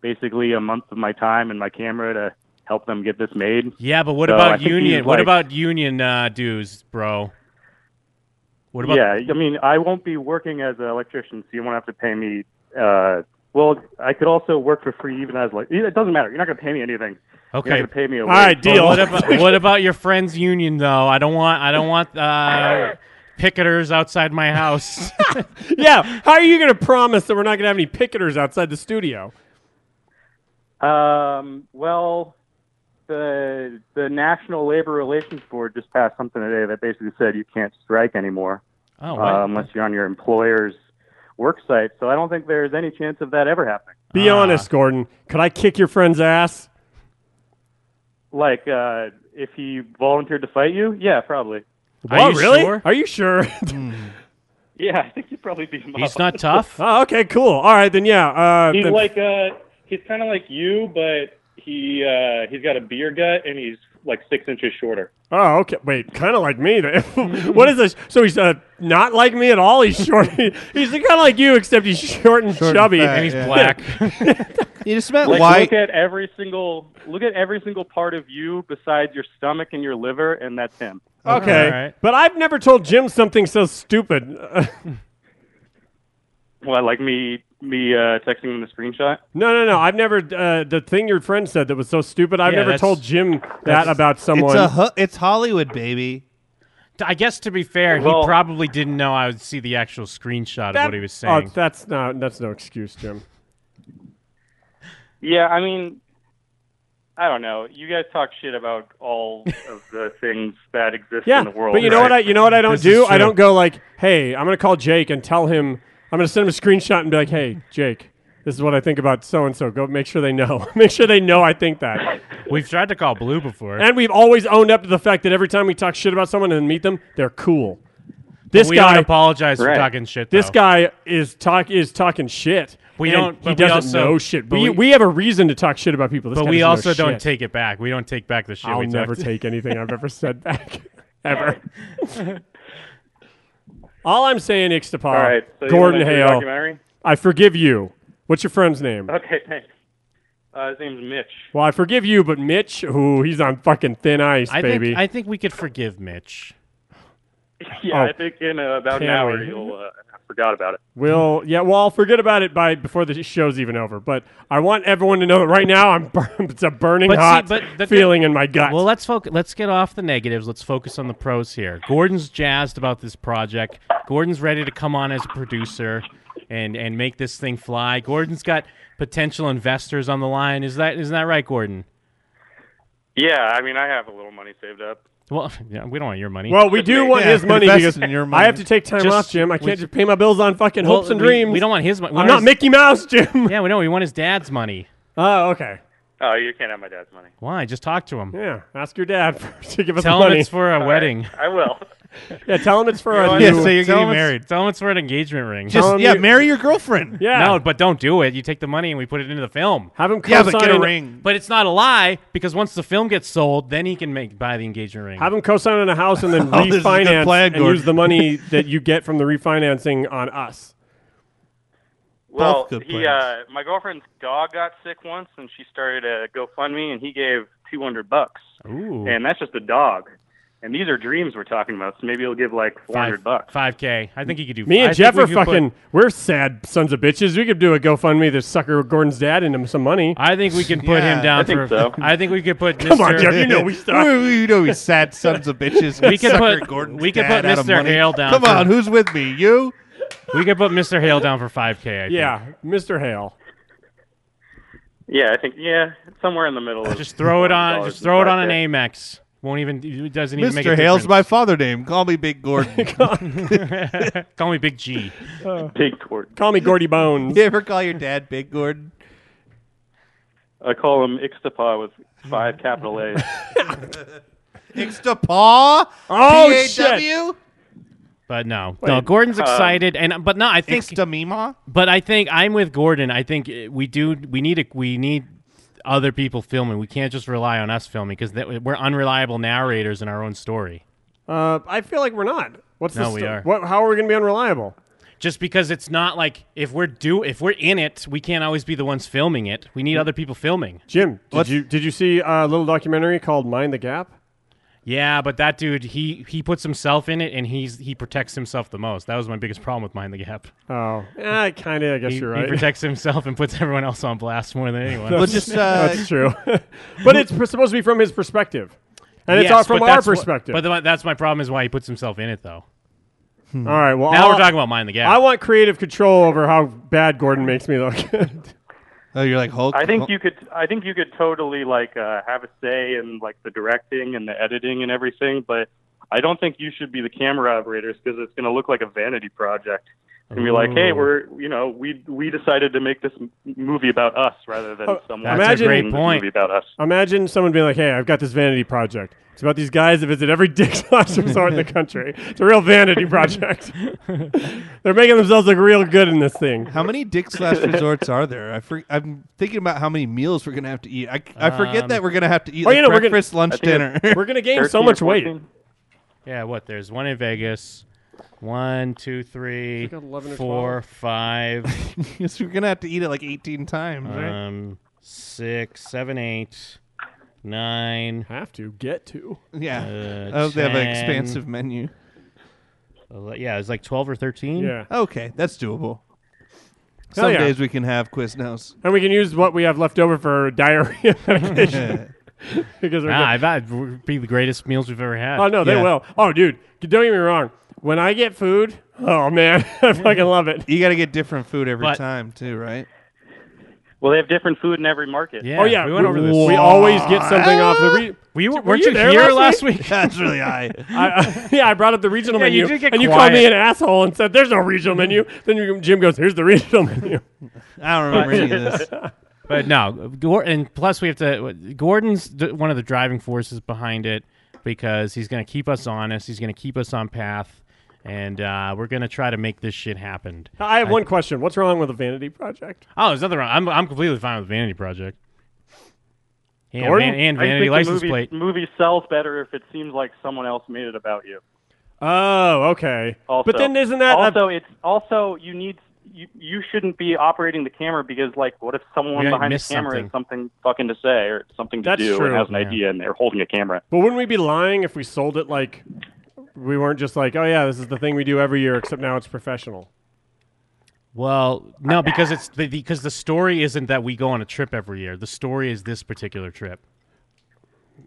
basically a month of my time and my camera to help them get this made." Yeah, but what So I about think he's union? What like- about union uh, dues, bro? What about yeah, I mean, I won't be working as an electrician, so you won't have to pay me. Uh, well, I could also work for free, even as like it doesn't matter. You're not going to pay me anything. Okay. You're not going to pay me a All wage. right, deal. <laughs> What about, what about your friend's union though? I don't want I don't want uh, picketers outside <laughs> my house. yeah. How are you going to promise that we're not going to have any picketers outside the studio? Um, well, the the National Labor Relations Board just passed something today that basically said you can't strike anymore Oh, uh, Um, unless you're on your employer's work site. So I don't think there's any chance of that ever happening. Be Ah. honest, Gordon. Could I kick your friend's ass? Like, uh, if he volunteered to fight you, yeah, probably. oh, really? Are you sure? <laughs> Yeah, I think he'd probably beat him up. oh, okay, cool. All right, then yeah. Uh, he's then- like uh, he's kind of like you, but he uh, he's got a beer gut and he's like six inches shorter. Oh, okay. Wait, kind of like me. then. <laughs> what is this? So he's uh, not like me at all. He's short. he's kind of like you, except he's short and Short and chubby, fat, And he's yeah. black. You just met Like, white. Look at every single look at every single part of you besides your stomach and your liver, and that's him. <laughs> okay, All right. but I've never told Jim something so stupid. <laughs> Uh, Well, like me, me uh, texting him the screenshot. no, no, no. I've never uh, the thing your friend said that was so stupid. I've Yeah, never that's- told Jim that that's- about it's someone. a hu- it's Hollywood, baby. I guess to be fair, Well- he probably didn't know I would see the actual screenshot of That- what he was saying. Oh, that's not. That's no excuse, Jim. Yeah, I mean, I don't know. You guys talk shit about all of <laughs> the things that exist yeah, in the world. but you know what? I right? you know what I don't This do. is I true. don't go like, hey, I'm gonna call Jake and tell him. I'm gonna send him a screenshot and be like, hey, Jake, this is what I think about so and so. Go make sure they know. <laughs> make sure they know I think that. We've tried to call Blue before. And we've always owned up to the fact that every time we talk shit about someone and meet them, they're cool. But This we don't guy apologize for Right. talking shit, This though. guy is talk is talking shit. We and don't- He but we doesn't also- know shit. but we, we- we have a reason to talk shit about people. This but guy we doesn't know also don't shit. take it back. We don't take back the shit. I'll we never talked. take anything I've ever said <laughs> back ever. <laughs> All I'm saying, Ixtapa, All right, so you Gordon wanna do a Hale, documentary? Uh-huh. I forgive you. What's your friend's name? Okay, thanks. Uh, his name's Mitch. Well, I forgive you, but Mitch, ooh, he's on fucking thin ice, I baby. think I think we could forgive Mitch. Yeah, Oh, I think in uh, about an can hour we? you'll. Uh, I forgot about it. We'll yeah, well, I'll forget about it by before the show's even over. But I want everyone to know that right now I'm bur- <laughs> it's a burning But see, hot but the- feeling in my gut. Well, let's focus. Let's get off the negatives. Let's focus on the pros here. Gordon's jazzed about this project. Gordon's ready to come on as a producer and and make this thing fly. Gordon's got potential investors on the line. Is that isn't that right, Gordon? Yeah, I mean, I have a little money saved up. Well, <laughs> yeah, we don't want your money. Well, we do want his money because I have to take time Just- off, Jim. I we- can't just pay my bills on fucking well, hopes and we- dreams. We don't want his money. I'm not Mickey Mouse, Jim. <laughs> Yeah, we know. We want his dad's money. Oh, okay. Oh, you can't have my dad's money. Why? Just talk to him. Yeah, ask your dad <laughs> first to give us Tell the him money. it's for a wedding. I will. <laughs> Yeah, tell him it's for You know a what? new. Yeah, so you're tell him getting it's- married. Tell him it's for an engagement ring. Just- Tell 'em yeah, you- marry your girlfriend. Yeah. No, but don't do it. You take the money and we put it into the film. Have him Yeah, but get a co-sign- ring. But it's not a lie because once the film gets sold, then he can make buy the engagement ring. Have him co-sign on a house and then <laughs> Oh, this is a good refinance plan, and Gordon. use the <laughs> money that you get from the refinancing on us. Well, Both good he, uh, my girlfriend's dog got sick once, and she started a GoFundMe, and he gave two hundred bucks, Ooh. and that's just a dog. And these are dreams we're talking about, so maybe he'll give like four hundred bucks. Five K. I think he could do. Me I and think Jeff we are could put- fucking. we're sad sons of bitches. We could do a GoFundMe to sucker Gordon's dad into some money. I think we can put him down for. I think we could <laughs> put. Come on, Mr. Jeff. You know <laughs> we suck. you know we sad sons of bitches. We could sucker put- Gordon's we could dad put out of Mr. money. Hale down Come for- on, who's with me? You? We could put Mr. Hale down for 5K. I think. Yeah, Mr. Hale. Yeah, I think yeah, somewhere in the middle. Of Just throw it on. $100 Just throw it on an bucket. Amex. Won't even. It doesn't even make a Mr. Hale's difference. my father name. Call me Big Gordon. Call me Big G. <laughs> Big Gordon. Call me Gordy Bones. you ever call your dad Big Gordon? I call him Ixtapa with five capital <laughs> A's. Ixtapaw? Oh, P-A-W? But no, Wait, no. Gordon's um, excited, and but no, I think Ixtamima? But I think I'm with Gordon. I think uh, we do. We need a, We need other people filming. We can't just rely on us filming because we're unreliable narrators in our own story. Uh, I feel like we're not. What's No, the we sto- are. What, how are we going to be unreliable? Just because it's not like if we're do if we're in it, we can't always be the ones filming it. We need other people filming. Jim, did you did you see uh, a little documentary called Mind the Gap? Yeah, but that dude, he he puts himself in it, and he's he protects himself the most. That was my biggest problem with Mind the Gap. Oh, eh, kind of. I guess He- you're right. He protects himself and puts everyone else on blast more than anyone. That's- <laughs> that's true. but it's pr- supposed to be from his perspective, and it's Yes, all from but our that's what- perspective. but the- that's my problem is why he puts himself in it though. all right. Well, now I'll- we're talking about mind the gap. I want creative control over how bad Gordon makes me look. <laughs> oh, you're like Hulk. I think you could. I think you could totally like uh, have a say in like the directing and the editing and everything. But I don't think you should be the camera operators because it's going to look like a vanity project. It's going to be like, hey, Ooh. we're you know we we decided to make this m- movie about us rather than someone Imagine- making this movie about us. Imagine someone being like, "Hey, I've got this vanity project. It's about these guys that visit every <laughs> dick lodge resort in the country. It's a real <laughs> vanity project. <laughs> They're making themselves look real good in this <laughs> thing." <laughs> How many Dick's Last Resorts are there? I for, I'm thinking about how many meals we're gonna have to eat. I, I forget Um, that we're gonna have to eat oh, like you know, we're gonna- breakfast, I lunch, think dinner. it's- <laughs> we're gonna gain so 13 much or weight. 14. Yeah, what? There's one in Vegas. One, two, three, It's like 11 or four, five. <laughs> yes, we're gonna have to eat it like 18 times, right? um, six, seven, eight, nine. Have to get to. Yeah. Uh, I hope Oh, they have an 10. expansive menu. Ele- Yeah, it's like twelve or thirteen. Yeah. Okay, that's doable. Hell Some yeah. days we can have Quiznos. And we can use what we have left over for diarrhea <laughs> <laughs> medication. because we're Nah, good. I've had would be the greatest meals we've ever had. Oh no, they will. Oh, dude, don't get me wrong. When I get food, oh man, <laughs> I fucking love it. You got to get different food every But- time too, right? Well, they have different food in every market. oh yeah, We always get something off the. Re- Were you- Were weren't you you there here <laughs> last last week? <laughs> That's really high. I, <laughs> yeah, I brought up the regional Yeah, menu, you did get and you quiet. called me an asshole and said, "There's no regional menu." Then you, Jim goes, "Here's the regional <laughs> menu." I don't remember any of this. But no, Gor- and plus we have to. Gordon's th- one of the driving forces behind it because he's going to keep us honest. He's going to keep us on path, and uh, we're going to try to make this shit happen. I have one question. What's wrong with a vanity project? Oh, there's nothing wrong. I'm I'm completely fine with Vanity Project. And, Gordon? van- <laughs> and I think Vanity the License movie, Plate. Movie sells better if it seems like someone else made it about you. Oh, okay. Also, but then isn't that a- also? it's also you need you, you shouldn't be operating the camera because like what if someone Yeah, behind the miss camera something. has something fucking to say or something to That's do true. and has an Yeah. idea and they're holding a camera. But wouldn't we be lying if we sold it like we weren't just like, oh yeah, this is the thing we do every year, except now it's professional. Well, no, because it's the, because the story isn't that we go on a trip every year. The story is this particular trip.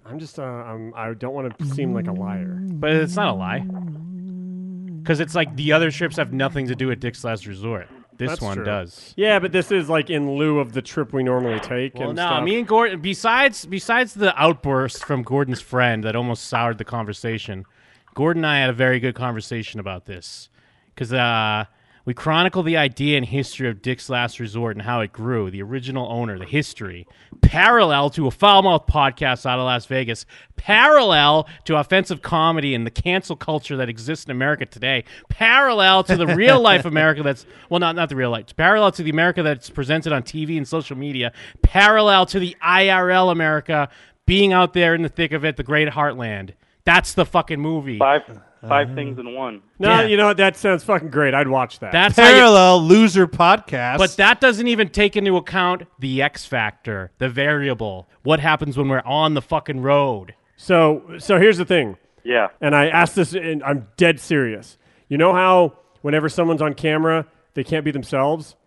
I'm just, uh, I'm, I don't want to seem like a liar. But it's not a lie. Because it's like the other trips have nothing to do with Dick's Last Resort. This That's one true. does. Yeah, but this is like in lieu of the trip we normally take. Well, and no, stuff. me and Gordon. Besides, besides the outburst from Gordon's friend that almost soured the conversation, Gordon and I had a very good conversation about this because uh, we chronicle the idea and history of Dick's Last Resort and how it grew, the original owner, the history, parallel to a foul mouth podcast out of Las Vegas, parallel to offensive comedy and the cancel culture that exists in America today, parallel to the real life America that's well, not not the real life, parallel to the America that's presented on TV and social media, parallel to the IRL America being out there in the thick of it, the Great Heartland. That's the fucking movie. Five five things in one. No, Yeah. you know what? That sounds fucking great. I'd watch that. That's how you- Parallel loser podcast. But that doesn't even take into account the X factor, the variable. What happens when we're on the fucking road? So, so here's the thing. Yeah. And I asked this, and I'm dead serious. You know how whenever someone's on camera, they can't be themselves.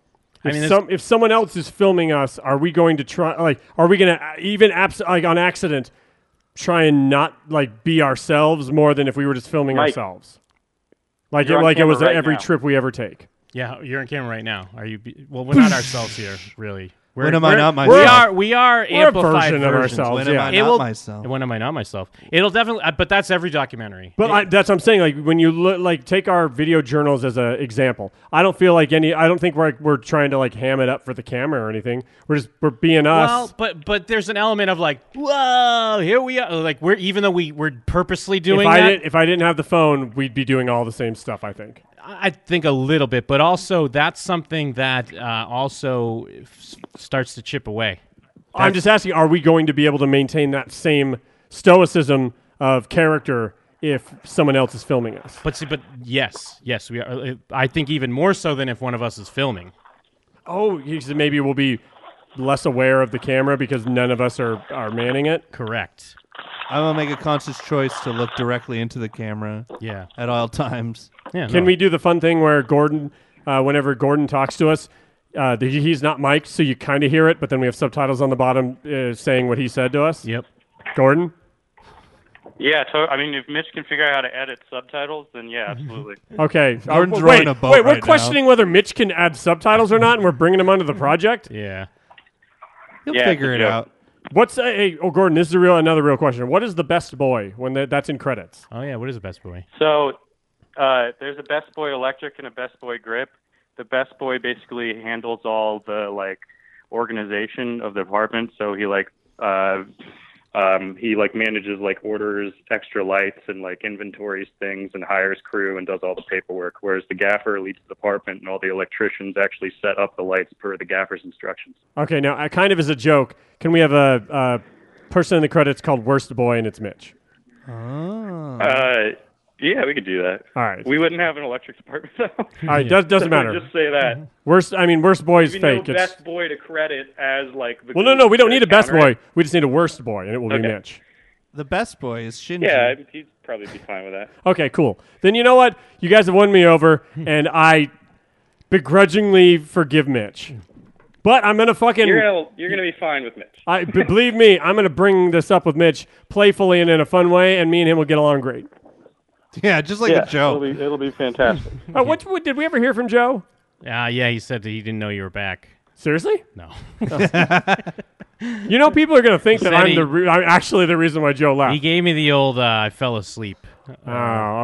I If, mean, this- some, if someone else is filming us, are we going to try? Like, are we going to even abs- like on accident try and not like be ourselves more than if we were just filming Mike. ourselves? Like You're it, on like it camera was right every now. trip we ever take. Yeah, you're on camera right now. Are you? be- Well, we're <laughs> not ourselves here, really. We're, When am I we're- not We myself? are. We are We're a amplified version of versions. ourselves, When am yeah. I It not will- myself? When am I not myself? It'll definitely. uh, But that's every documentary. But I, that's what I'm saying. Like when you look, like take our video journals as an example. I don't feel like any. I don't think we're we're trying to like ham it up for the camera or anything. We're just we're being us. Well, but but there's an element of like, whoa, here we are. Like we're even though we we're purposely doing if I that. did, if I didn't have the phone, we'd be doing all the same stuff. I think. I think a little bit, but also that's something that uh, also f- starts to chip away. I'm just asking: Are we going to be able to maintain that same stoicism of character if someone else is filming us? But see, but yes, yes, we are. uh, I think even more so than if one of us is filming. Oh, you said maybe we'll be less aware of the camera because none of us are are manning it. Correct. I'm gonna make a conscious choice to look directly into the camera. Yeah. At all times. Can we do the fun thing where Gordon, uh, whenever Gordon talks to us, uh, the, he's not mic'd, so you kind of hear it, but then we have subtitles on the bottom uh, saying what he said to us. Yep. Gordon. Yeah, so I mean, if Mitch can figure out how to edit subtitles, then <laughs> yeah, absolutely. Okay. Uh, Gordon's wait, rowing a boat wait, we're right now. questioning whether Mitch can add subtitles or not, and we're bringing him onto the project. Yeah. He'll Yeah, figure it's a it joke. out. What's uh, hey? Oh, Gordon, this is a real another real question. What is the best boy when the, that's in credits? Oh yeah, what is the best boy? So uh, there's a best boy electric and a best boy grip. The best boy basically handles all the like organization of the department. So he like uh, um, he like manages like orders, extra lights, and like inventories things, and hires crew and does all the paperwork. Whereas the gaffer leads the department, and all the electricians actually set up the lights per the gaffer's instructions. Okay, now uh, kind of as a joke, can we have a, a person in the credits called worst boy and it's Mitch? Uh, yeah, we could do that. Uh-huh. All right. We wouldn't have an electric department <laughs> though. All right, does, doesn't matter. Just say that. Worst, I mean, worst boy is Maybe fake. No It's, best boy to credit as like. The well, no, no, we don't to need a best counter boy. it. We just need a worst boy, and it will be Okay. Mitch. The best boy is Shinji. Yeah, I'd- he'd probably be fine with that. Okay, cool. Then you know what? You guys have won me over, Hmm. and I begrudgingly forgive Mitch. But I'm gonna fucking. You're gonna you're gonna be fine with Mitch. I b- believe me, I'm gonna bring this up with Mitch playfully and in a fun way, and me and him will get along great. <laughs> Yeah, just like a joke. It'll be, it'll be <laughs> fantastic. Uh, what, what did we ever hear from Joe? Uh, yeah, he said that he didn't know you were back. Seriously? No. <laughs> You know, people are gonna think He that said I'm he- the re- I'm actually the reason why Joe left. he gave me the old. Uh, I fell asleep. Oh, <laughs>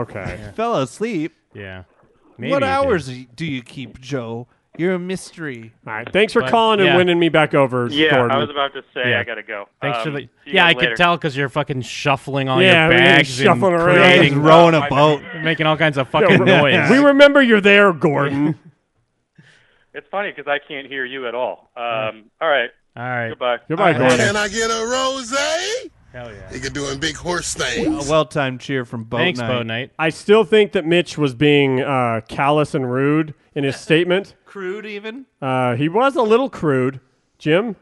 okay. Fell asleep. Yeah. what Maybe I hours do you keep, Joe? You're a mystery. All right. Thanks for calling and winning me back over. Yeah, Gordon. I was about to say, Yeah. I gotta go. Thanks for Um, the. see you Yeah, I guys could later. tell because you're fucking shuffling all Yeah, your everything's bags, shuffling and around. creating, <laughs> Just rowing a boat. making all kinds of Yeah, fucking we- <laughs> noise. We remember you're there, <laughs> Gordon. It's funny because I can't hear you at all. Um, all right. All right. Goodbye. Goodbye, Can I get a rose? Hell yeah. Nigga doing big horse A things. well-timed cheer from Boat Night. I still think that Mitch was being uh, callous and rude in his statement. Crude, even. Uh, he was a little crude, Jim.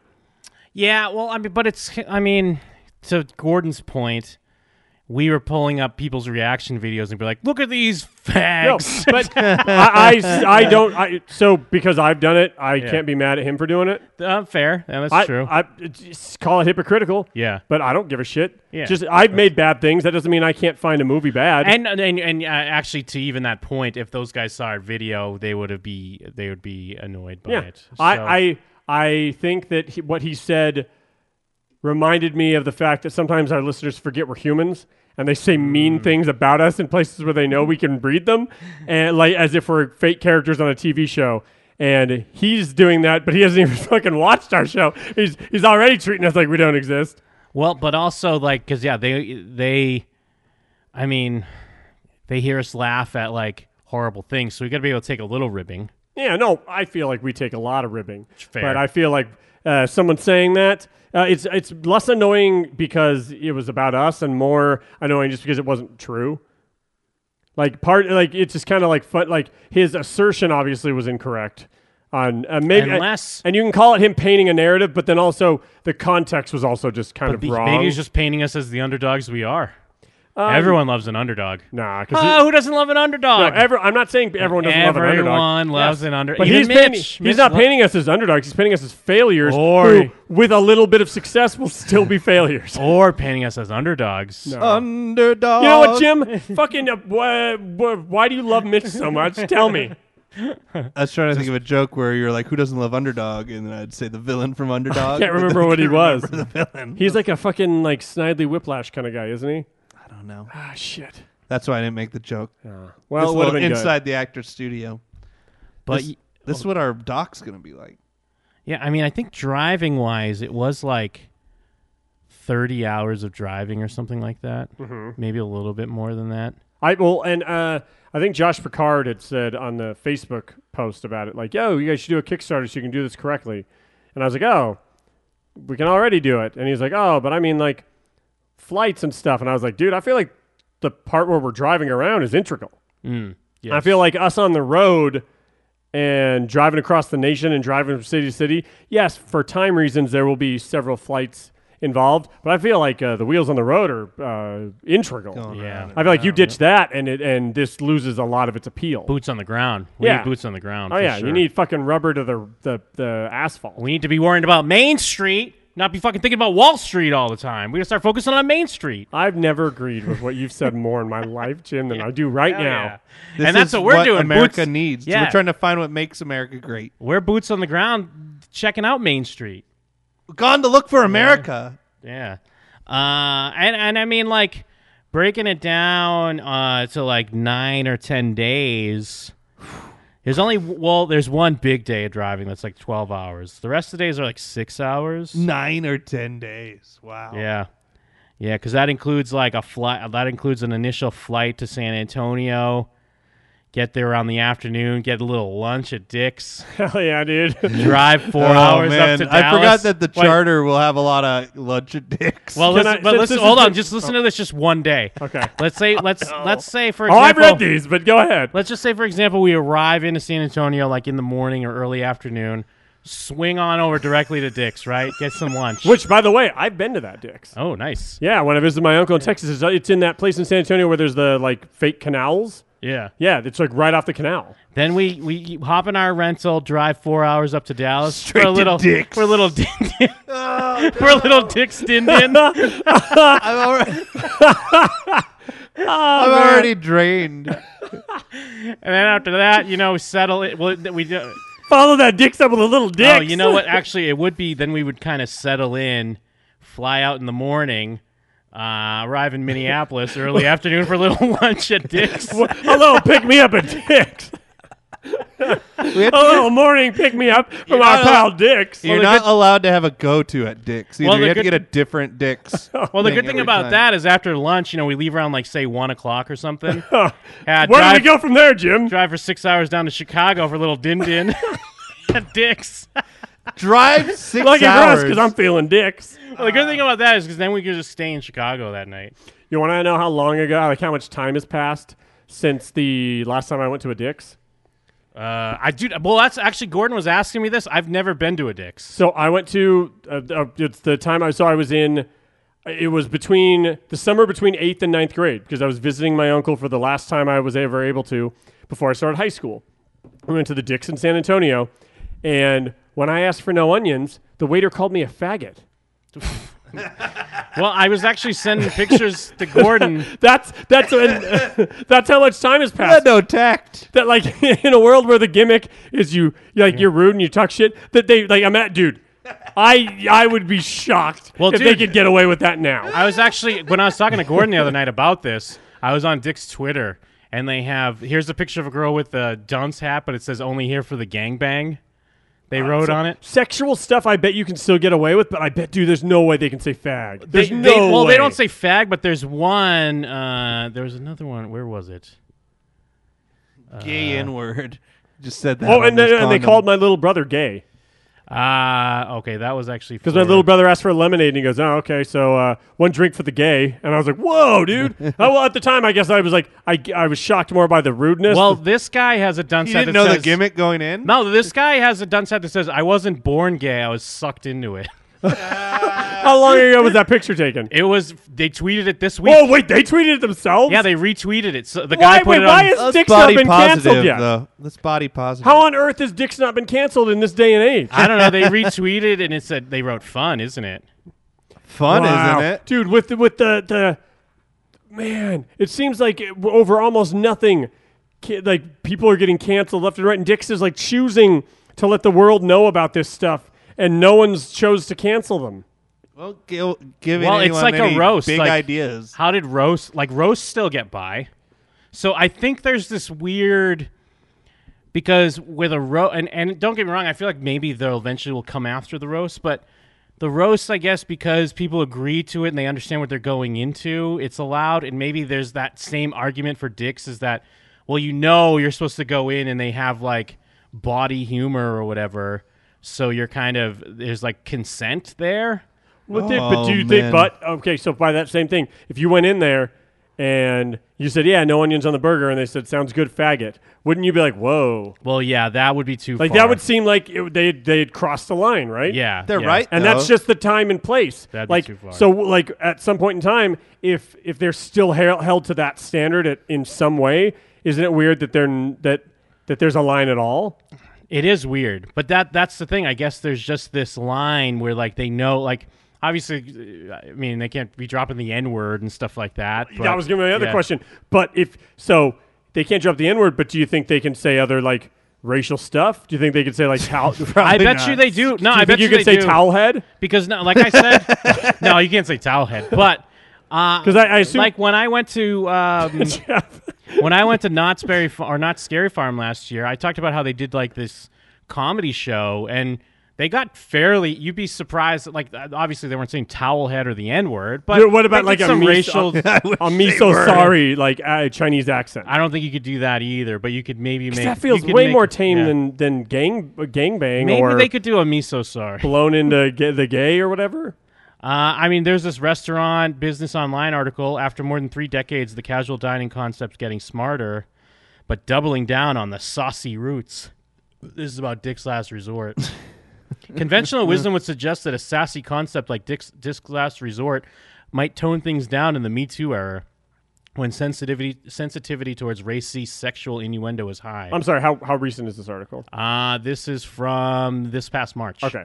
Yeah, well, I mean, but it's, I mean, to Gordon's point, we were pulling up people's reaction videos and be like, look at these fags. No, <laughs> but I, I, I don't. I, so because I've done it, I Yeah. can't be mad at him for doing it. <laughs> Uh, fair. Yeah, that's I- true. I just call it hypocritical. Yeah. but I don't give a shit. Yeah. just I've made bad things. That doesn't mean I can't find a movie bad. and and and uh, actually, to even that point, if those guys saw our video, they would have be they would be annoyed by yeah, it. So- I, I, I think that he, what he said reminded me of the fact that sometimes our listeners forget we're humans and they say mean Mm. things about us in places where they know we can read them, and like as if we're fake characters on a TV show. And he's doing that, but he hasn't even <laughs> fucking watched our show. He's he's already treating us like we don't exist. Well, but also like because yeah, they they, I mean, they hear us laugh at like horrible things, so we got to be able to take a little ribbing. Yeah, no, I feel like we take a lot of ribbing, fair. but I feel like uh, someone saying that uh, it's it's less annoying because it was about us, and more annoying just because it wasn't true. Like part, like it's just kind of like fun. Like his assertion obviously was incorrect. On uh, maybe Unless- and you can call it him painting a narrative, but then also the context was also just kind of Be- wrong. Maybe he's just painting us as the underdogs we are. Um, Uh, Everyone loves an underdog. Nah, Oh, who doesn't love an underdog? No, every, I'm not saying everyone doesn't love an underdog. Everyone loves an under- But even he's Mitch. painting- Mitch he's not lo- painting us as underdogs. He's painting us as failures. Or- who, with a little bit of success, will still be failures. <laughs> or painting us as underdogs. Oh, Underdog. You know what, <laughs> Jim? Fucking, uh, why, why do you love Mitch so much? Tell me. I was trying to think of a joke where you're like, "Who doesn't love Underdog?" And then I'd say the villain from Underdog. I can't but then remember I what he can't was. remember the villain. He's like a fucking like Snidely Whiplash kind of guy, isn't he? I don't know. Ah, shit. That's why I didn't make the joke. Well, This it would've little been good. inside the actor's studio. But this, y- this is what our doc's gonna be like. Yeah, I mean, I think driving wise, it was like thirty hours of driving or something like that. Mhm. Maybe a little bit more than that. I well, and uh, I think Josh Picard had said on the Facebook post about it, like, "Yo, you guys should do a Kickstarter so you can do this correctly." And I was like, "Oh, we can already do it." And he's like, "Oh, but I mean, like flights and stuff." And I was like, "Dude, I feel like the part where we're driving around is integral. Mm, I yes. feel like us on the road." And driving across the nation and driving from city to city. Yes, for time reasons, there will be several flights involved, but I feel like uh, the wheels on the road are uh, integral. Yeah. I feel like you ditch that, and it and this loses a lot of its appeal. Boots on the ground. We yeah, need boots on the ground. Oh for yeah, sure. you need fucking rubber to the the, the asphalt. We need to be worrying about Main Street, not be fucking thinking about Wall Street all the time. We gotta start focusing on Main Street. I've never agreed with what you've said more in <laughs> my life, Jim, than I do right Hell now. yeah. This And that's is what we're what doing. America Boots- needs. Yeah. We're trying to find what makes America great. We're boots on the ground, checking out Main Street. Gone to look for America. Yeah. Uh, and and I mean like breaking it down uh, to like nine or ten days. There's only well, there's one big day of driving that's like twelve hours. The rest of the days are like six hours. Nine or ten days. Wow. Yeah, yeah, because that includes like a flight. That includes an initial flight to San Antonio. Get there on the afternoon. Get a little lunch at <laughs> Dick's. Hell yeah, <laughs> dude! Drive four Oh, hours man. up to I Dallas. forgot that the Wait, charter will have a lot of lunch and dicks. Well, listen, but listen, hold on. Just listen to this just one day. Okay. <laughs> Let's say let's let's say for Oh, I've example, read these, but go ahead. Let's just say for example we arrive into San Antonio like in the morning or early afternoon, swing on over directly to Dick's, right? Get some lunch. Which, by the way, I've been to that Dick's. Oh, nice. Yeah, when I visited my uncle in Texas, it's- it's in that place in San Antonio where there's the like fake canals. Yeah. Yeah, it's like right off the canal. Then we we hop in our rental, drive four hours up to Dallas Straight for a to little Dick's. Oh, for a little <laughs> din din. for a little Dick's <laughs> din din. I'm already, I'm man. already drained. and then after that, you know, settle it. Well, th- we do. Follow that Dick's up with a little dick. Oh, you know <laughs> what? Actually, it would be then we would kind of settle in, fly out in the morning, uh, arrive in Minneapolis early afternoon for a little <laughs> lunch at Dick's. a little pick me up at <laughs> Dick's. a Oh, little morning pick me up from You're our not pal al- Dick's. You're not allowed to have a go to at Dick's. Either Well, the you have to good- get a different Dick's. <laughs> Well, the good thing every about time. that is after lunch, you know, we leave around like say one o'clock or something. Uh, Where do we go from there, Jim? Drive for six hours down to Chicago for a little din din <laughs> at Dick's. <laughs> Drive six Lucky for us, 'cause I'm feeling Dick's. Well, the good thing about that is because then we could just stay in Chicago that night. You want to know how long ago, like how much time has passed since the last time I went to a Dick's? Uh, I do. Well, that's actually Gordon was asking me this. I've never been to a Dick's. So I went to uh, uh, it's the time I saw I was in. It was between the summer between eighth and ninth grade because I was visiting my uncle for the last time I was ever able to before I started high school. We went to the Dicks in San Antonio, and when I asked for no onions, the waiter called me a faggot. Well, I was actually sending pictures to Gordon. that's that's <laughs> that's how much time has passed. no tact. That like <laughs> in a world where the gimmick is you like you're rude and you talk shit. That they like I'm at dude. I I would be shocked Well, if they dude- could get away with that now. I was actually when I was talking to Gordon the other night about this. I was on Dick's Twitter, and they have here's a picture of a girl with a dunce hat, but it says "Only here for the gangbang." They wrote Uh, So- on it. Sexual stuff I bet you can still get away with, but I bet, dude, there's no way they can say fag. There's They- no they- well, way. they don't say fag, but there's one. Uh, there was another one. Where was it? Gay Uh, N word. Just said that. Oh, on and, this then- and they condom. called my little brother gay Ah, okay, that was actually because my for- little brother asked for a lemonade and he goes, "Oh, okay, so uh, one drink for the gay." And I was like, "Whoa, dude!" oh, well, at the time, I guess I was like, I, I was shocked more by the rudeness. Well, this guy has a dunce You hat. didn't that know the says- gimmick going in. No, this guy has a dunce hat that says, "I wasn't born gay. I was sucked into it." How <laughs> long ago was that picture taken? It was. They tweeted it this week. Whoa, wait, they tweeted it themselves? Yeah, they retweeted it. So the Why- guy put wait, it why on. is That's Dick's not body been canceled positive, yet? though. That's body positive. How on earth has Dick's not been canceled in this day and age? I don't know. They retweeted and it said they wrote fun, isn't it? Fun, Wow. isn't it? dude? With the, with the the man, it seems like it- over almost nothing, ca- like people are getting canceled left and right, and Dix is like choosing to let the world know about this stuff, and no one's chose to cancel them. Well, gi- giving well, it's anyone like any a roast. Big like, ideas. How did roast like roast still get by? So I think there's this weird because with a roast and, and don't get me wrong, I feel like maybe they'll eventually will come after the roast, but the roast, I guess, because people agree to it and they understand what they're going into, it's allowed. And maybe there's that same argument for dicks is that well, you know you're supposed to go in and they have like body humor or whatever. So you're kind of there's like consent there. Well, they, but do you think? But okay, so by that same thing, if you went in there and you said, "Yeah, no onions on the burger," and they said, "Sounds good, faggot," wouldn't you be like, "Whoa"? Well, yeah, that would be too. Like far. that would seem like it, they they had crossed the line, right? Yeah, They're yeah. right, and that's though. just the time and place. That'd be like too far. so, like at some point in time, if if they're still hel- held to that standard at, in some way, isn't it weird that they're n- that that there's a line at all? It is weird, but that that's the thing. I guess there's just this line where like they know like obviously uh, I mean they can't be dropping the n word and stuff like that. But, that was going to be my other yeah. question. But if so, they can't drop the N word. But do you think they can say other like racial stuff? Do you think they could say like towel? I bet you they do. No, Do you I think bet you you could they say do. towel head. Because no, like <laughs> I said, no, you can't say towel head. But because 'Cause I- I assume- like when I went <laughs> to um, when I went to Knott's Berry Fa- or Not Scary Farm last year, I talked about how they did like this comedy show and. They got fairly. You'd be surprised. That, like, obviously, they weren't saying towel head or the N word. But Dude, what about they like did a some miso, <laughs> racial? a miso sorry like uh, Chinese accent? I don't think you could do that either. But you could maybe 'Cause make that feels you could way make- more tame yeah. than than gang uh, gangbang Maybe or they could do a miso sorry. blown into ga- the gay or whatever. Uh, I mean, there's this restaurant business online article. After more than three decades, the casual dining concept's getting smarter, but doubling down on the saucy roots. This is about Dick's Last Resort. Conventional wisdom would suggest that a sassy concept like Dick's, Dick's Last Resort might tone things down in the Me Too era, when sensitivity sensitivity towards racy sexual innuendo is high. I'm sorry. How how recent is this article? Uh, this is from this past March. Okay.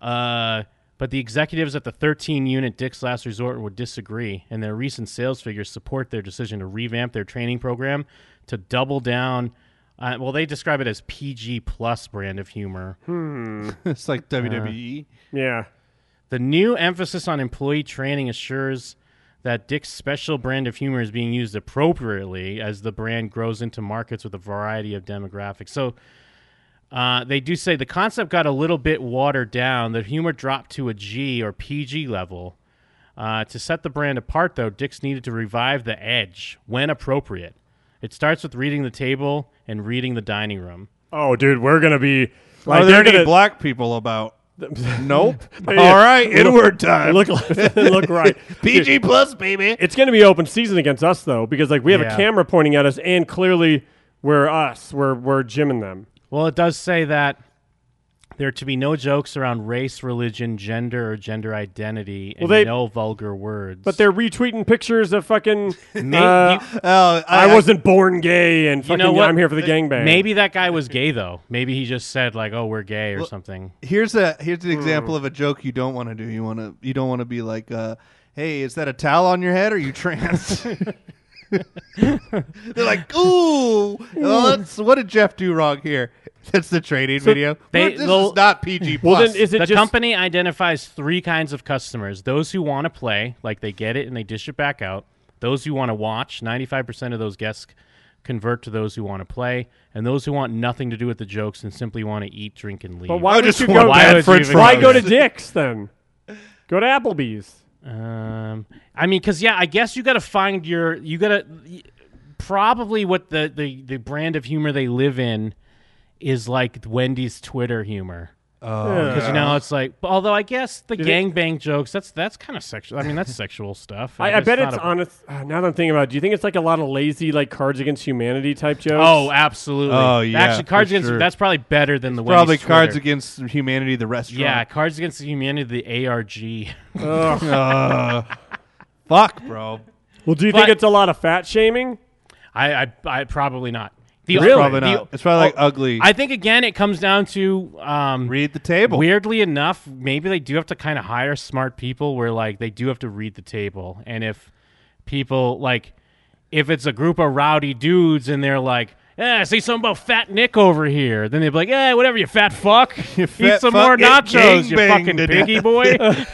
Uh, but the executives at the 13 unit Dick's Last Resort would disagree, and their recent sales figures support their decision to revamp their training program to double down. Uh, well, they describe it as PG plus brand of humor. Hmm. it's like E. WWE. yeah. The new emphasis on employee training assures that Dick's special brand of humor is being used appropriately as the brand grows into markets with a variety of demographics. So uh, they do say the concept got a little bit watered down. The humor dropped to a G or PG level. Uh, to set the brand apart, though, Dick's needed to revive the edge when appropriate. It starts with reading the table and reading the dining room. Oh, dude, we're gonna be. Are Like, there they're any gonna, black <laughs> people about? nope. All Yeah. right, Look- inward <laughs> time. Look, look right. <laughs> PG Dude, plus, baby. It's going to be open season against us though, because like we have Yeah. a camera pointing at us, and clearly we're us. We're we're Jim and them. Well, it does say that there are to be no jokes around race, religion, gender, or gender identity, and Well, they- no vulgar words. But they're retweeting pictures of fucking. May- uh, you- Oh, I, I- wasn't born gay, and fucking I'm here for the Uh, gangbang. Maybe that guy was gay though. Maybe he just said like, "Oh, we're gay" or Well, something. Here's a here's Hmm. an example of a joke you don't want to do. You want to you don't want to be like, uh, "Hey, is that a towel on your head? Or are <laughs> you trans?" They're like, "Ooh, well, that's, what did Jeff do wrong here?" <laughs> That's the training video. They- this they'll- is not PG. <laughs> Well, then plus. is it the just- company identifies three kinds of customers: those who want to play, like they get it and they dish it back out; those who want to watch. Ninety-five percent of those guests c- convert to those who want to play, and those who want nothing to do with the jokes and simply want to eat, drink, and leave. But why I would just you want go? bad Why, French would you- why fries. go to Dick's then? Go to Applebee's. Um, I mean, because yeah, I guess you got to find your you got to probably what the, the the brand of humor they live in is like Wendy's Twitter humor. Oh, because you know it's like. Although I guess the Did it- gangbang jokes that's that's kind of sexual. I mean that's sexual stuff. I, I bet not it's a- honest. uh, Now that I'm thinking about it, do you think it's like a lot of lazy, like Cards Against Humanity type jokes? Oh, absolutely. Actually, Cards Against sure. that's probably better than the one probably he's Cards Twitter. Against Humanity, the restaurant. Yeah, Cards Against Humanity, the ARG. Ugh. Uh, fuck, bro. Well, do you But- think it's a lot of fat shaming? I, I, I probably not. It's probably the- not. It's probably, like, ugly. I think again, it comes down to um, read the table. Weirdly enough, maybe they do have to kind of hire smart people, where like they do have to read the table, and if people like, if it's a group of rowdy dudes and they're like. Yeah, I see something about Fat Nick over here. Then they'd be like, "Yeah, whatever, you fat fuck. <laughs> Eat fat some fuck more get nachos, you gangbanged fucking to piggy death." <laughs> boy."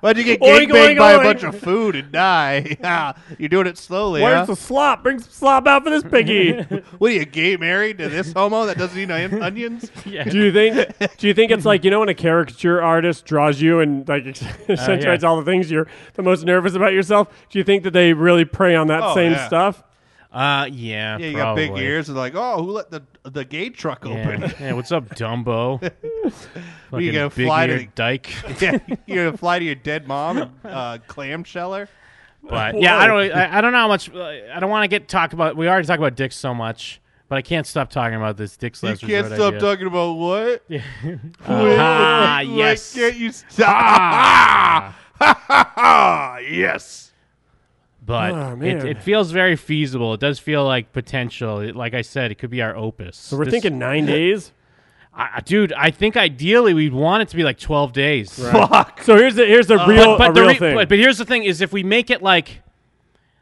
Why'd you get Oink, oink, gangbanged by oink. a bunch of food and die? <laughs> Yeah, you're doing it slowly. Where's huh? the slop? Bring some slop out for this <laughs> piggy. what are you gay married to this homo that doesn't eat on- onions? <laughs> yeah. Do you think? Do you think it's like you know when a caricature artist draws you and like <laughs> Uh, accentuates all the things you're the most nervous about yourself? Do you think that they really prey on that Oh, same yeah. stuff? Uh, yeah, Yeah, you got big probably. ears and like, oh, who let the the gay truck open? Yeah, yeah, what's up, <laughs> Dumbo? What, you Fucking gonna fly to big-eared the- dyke? <laughs> yeah, you're gonna fly to your dead <laughs> mom and uh, clamsheller. <laughs> But yeah, I don't. I, I don't know how much. uh, I don't want to get talk about. We already talk about dicks so much, but I can't stop talking about this dick You slash. can't stop talking about what? <laughs> Yeah. Ah, Ah, yes. Ah. Can't you stop? <laughs> yes. But Ah, man. it, it feels very feasible. It does feel like potential. It, like I said, it could be our opus. So we're thinking <laughs> nine days? I, I- dude, I think ideally we'd want it to be like twelve days. Fuck. So here's the here's the Uh, real, a the real re- thing. But, but here's the thing: is if we make it like,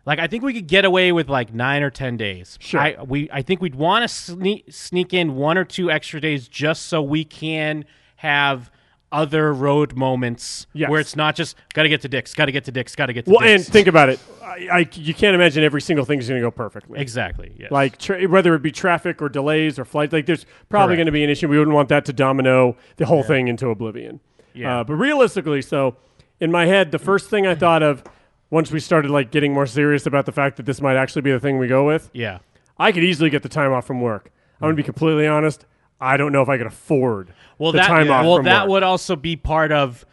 like I think we could get away with like nine or ten days. Sure. I, we I think we'd want to sneak sneak in one or two extra days just so we can have other road moments Yes. where it's not just got to get to dicks, got to get to dicks, got to get to well, and dicks. think about it. I, I, you can't imagine every single thing's going to go perfectly. exactly. Yes. Like tra- whether it be traffic or delays or flight, like there's probably Correct. going to be an issue. We wouldn't want that to domino the whole thing into oblivion. Yeah. Uh, but realistically, so in my head, the first thing I thought of once we started like getting more serious about the fact that this might actually be the thing we go with. Yeah. Mm-hmm. I could easily get the time off from work. I'm going to be completely honest. I don't know if I could afford well the that time off well from that work. would also be part of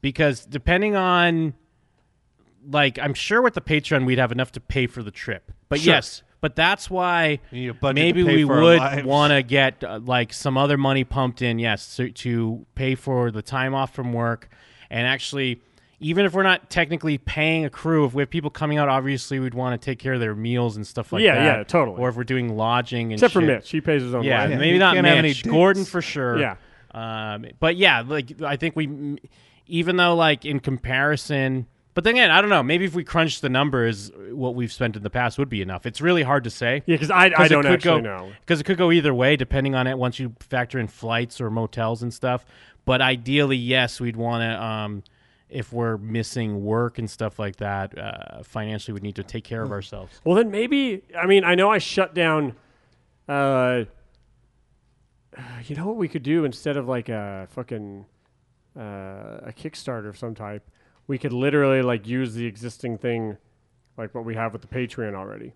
because depending on like i'm sure with the patreon we'd have enough to pay for the trip but Sure. yes but that's why budget to maybe pay we for our would lives. want to get uh, like some other money pumped in yes to, to pay for the time off from work and actually even if we're not technically paying a crew, if we have people coming out, obviously we'd want to take care of their meals and stuff like Yeah, that. yeah, totally. Or if we're doing lodging and Except for shit. Mitch. He pays his own Yeah, lodging. Yeah, maybe you not can't have any Mitch. Gordon dates. for sure. Yeah. Um, but yeah, like I think we, even though like in comparison, but then again, I don't know. Maybe if we crunch the numbers, what we've spent in the past would be enough. It's really hard to say. Yeah, 'cause I- I it don't could actually go, know. Because it could go either way, depending on it. Once you factor in flights or motels and stuff, but ideally, yes, we'd want to. Um, if we're missing work and stuff like that, uh, financially, we need to take care of Mm. ourselves. Well, then maybe. I mean, I know I shut down. Uh, you know what we could do instead of like a fucking uh, a Kickstarter of some type, we could literally like use the existing thing, like what we have with the Patreon already,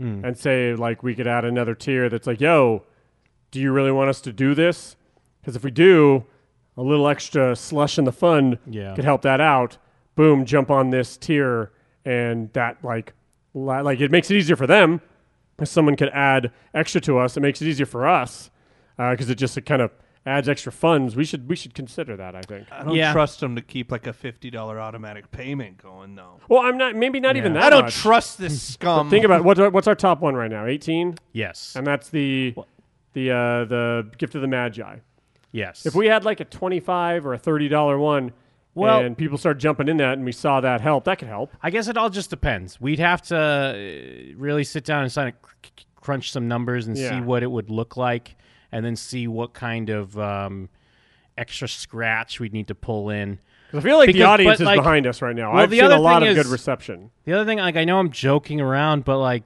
Mm. and say like we could add another tier that's like, yo, do you really want us to do this? Because if we do, a little extra slush in the fund Yeah. could help that out. Boom, jump on this tier, and that like, li- like it makes it easier for them. If someone could add extra to us, it makes it easier for us because it just kind of adds extra funds. We should we should consider that. I think. I don't trust them to keep like a fifty dollar automatic payment going though. Well, I'm not. Maybe not even Yeah. that. I don't much. trust this <laughs> scum. But think about what's our, what's our top one right now? 18. Yes. And that's the the uh, the gift of the magi. Yes. If we had like a 25 or a 30 dollar one, Well- and people start jumping in that, and we saw that help, that could help. I guess it all just depends. We'd have to uh, really sit down and sign cr- cr- crunch some numbers and see Yeah. what it would look like, and then see what kind of um, extra scratch we'd need to pull in. 'Cause I feel like the Because- audience but, is like- behind us right now. Well, I've the seen other a lot thing of is- good reception. The other thing, like I know I'm joking around, but like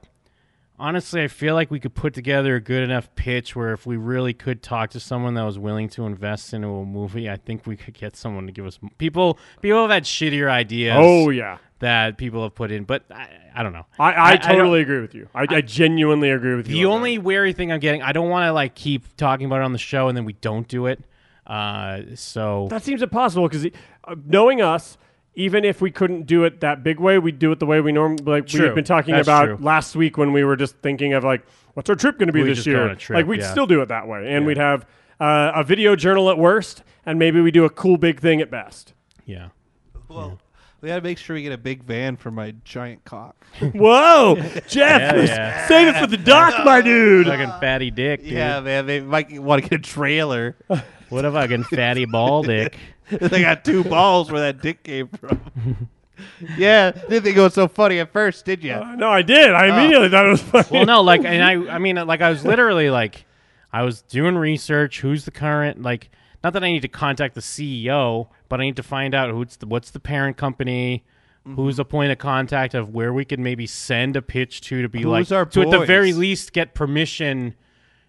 honestly, I feel like we could put together a good enough pitch where if we really could talk to someone that was willing to invest into a movie, I think we could get someone to give us people. People have had shittier ideas. Oh, yeah. that people have put in, but I, I don't know. I, I, don't- totally agree with you. I, I, genuinely agree with you. The only wary thing I'm getting, I don't want to like keep talking about it on the show and then we don't do it. Uh, so That seems impossible because uh, knowing us, even if we couldn't do it that big way, we'd do it the way we normally. Like True. we've been talking That's about true. last week when we were just thinking of like, what's our trip going to be We this just go on year? a trip, like we'd yeah. still do it that way, and we'd have uh, a video journal at worst, and maybe we do a cool big thing at best. <laughs> yeah. Well, we gotta make sure we get a big van for my giant cock. Whoa, Jeff, Yeah, yeah. save it for the doc, my dude. Fucking fatty dick, dude. Yeah, man, they might want to get a trailer. <laughs> What a fucking fatty ball dick. they got two balls where that dick <laughs> came from. yeah, didn't think it was so funny at first, did you? no, I did. Oh. I immediately thought it was funny. Well, no, like, and I, I mean, like, I was literally like, I was doing research. Who's the current? Like, not that I need to contact the CEO, but I need to find out who's the, what's the parent company, Mm-hmm. who's a point of contact of where we could maybe send a pitch to to be Who's like our to at the boys? very least get permission.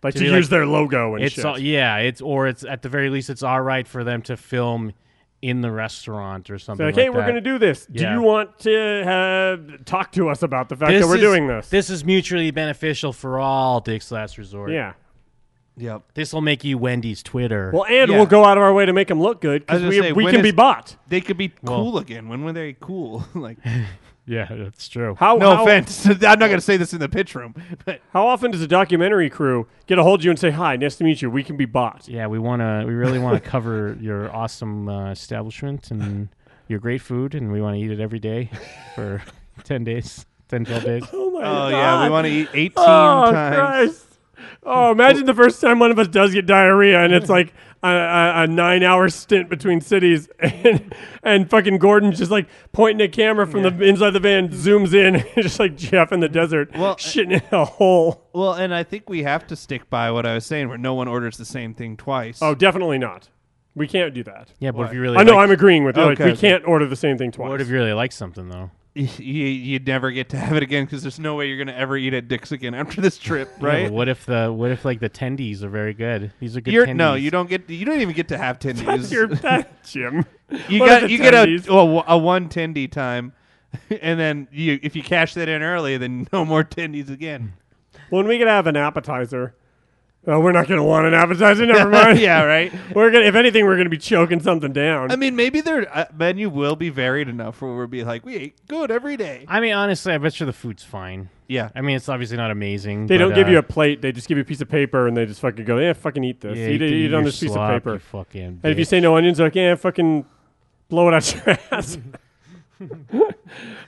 Like to be use their logo and it's shit. all- yeah, it's or it's at the very least it's all right for them to film in the restaurant or So something. like, hey, like we're that. going to do this. Do Yeah. you want to have, talk to us about the fact that we're is- doing this? This is mutually beneficial for all Dick's Last Resort. Yeah. Yep. This will make you Wendy's Twitter. Well, and we'll go out of our way to make them look good I because was gonna we, say, we when can is- be bought. They could be Well- cool again. When were they cool? <laughs> like, yeah, <laughs> that's true. How, no how- offense. <laughs> I'm not going to say this in the pitch room, but How often does a documentary crew get a hold of you and say, "Hi, nice to meet you. We can be bought." Yeah, we want to. We really want to cover your awesome uh, establishment and your great food, and we want to eat it every day for <laughs> ten days, 10, 12 days. <laughs> Oh my Oh, yeah, we God. wanna eat 18 oh, times. Christ. Oh, imagine the first time one of us does get diarrhea, and it's like a, a, a nine-hour stint between cities, <laughs> and and fucking Gordon's just like pointing a camera from the inside the van, zooms in, <laughs> and just like Jeff in the desert, shitting in a hole. Well, and I think we have to stick by what I was saying, where no one orders the same thing twice. Oh, definitely not. We can't do that. Yeah, but if Why? you really, I know like- I'm agreeing with you. Like, we Okay. can't order the same thing twice. What if you really like something though? Y- you, you'd never get to have it again because there's no way you're going to ever eat at Dick's again after this trip, Yeah, right? but what if the what if like the tendies are very good? These are good. You're, no, tendies. you don't get. You don't even get to have tendies. That's <laughs> your that, Jim. <laughs> you What are got the you get a, tendies? a a one tendy time, <laughs> and then you if you cash that in early, then <laughs> no more tendies again. When we could have an appetizer. Oh, we're not going to want an appetizer. <laughs> Never mind. Yeah, right. <laughs> We're gonna. If anything, we're going to be choking something down. I mean, maybe their uh, menu will be varied enough where we'll be like, we ate good every day. I mean, honestly, I bet you the food's fine. Yeah. I mean, it's obviously not amazing. they but, don't give you uh, a plate. They just give you a piece of paper, and they just fucking go, "Yeah, fucking eat this. Yeah, you eat it. can Eat eat it on your this piece of slop, paper." you fucking and if you bitch. say no onions, they're like, "Yeah, fucking blow it out your <laughs> ass."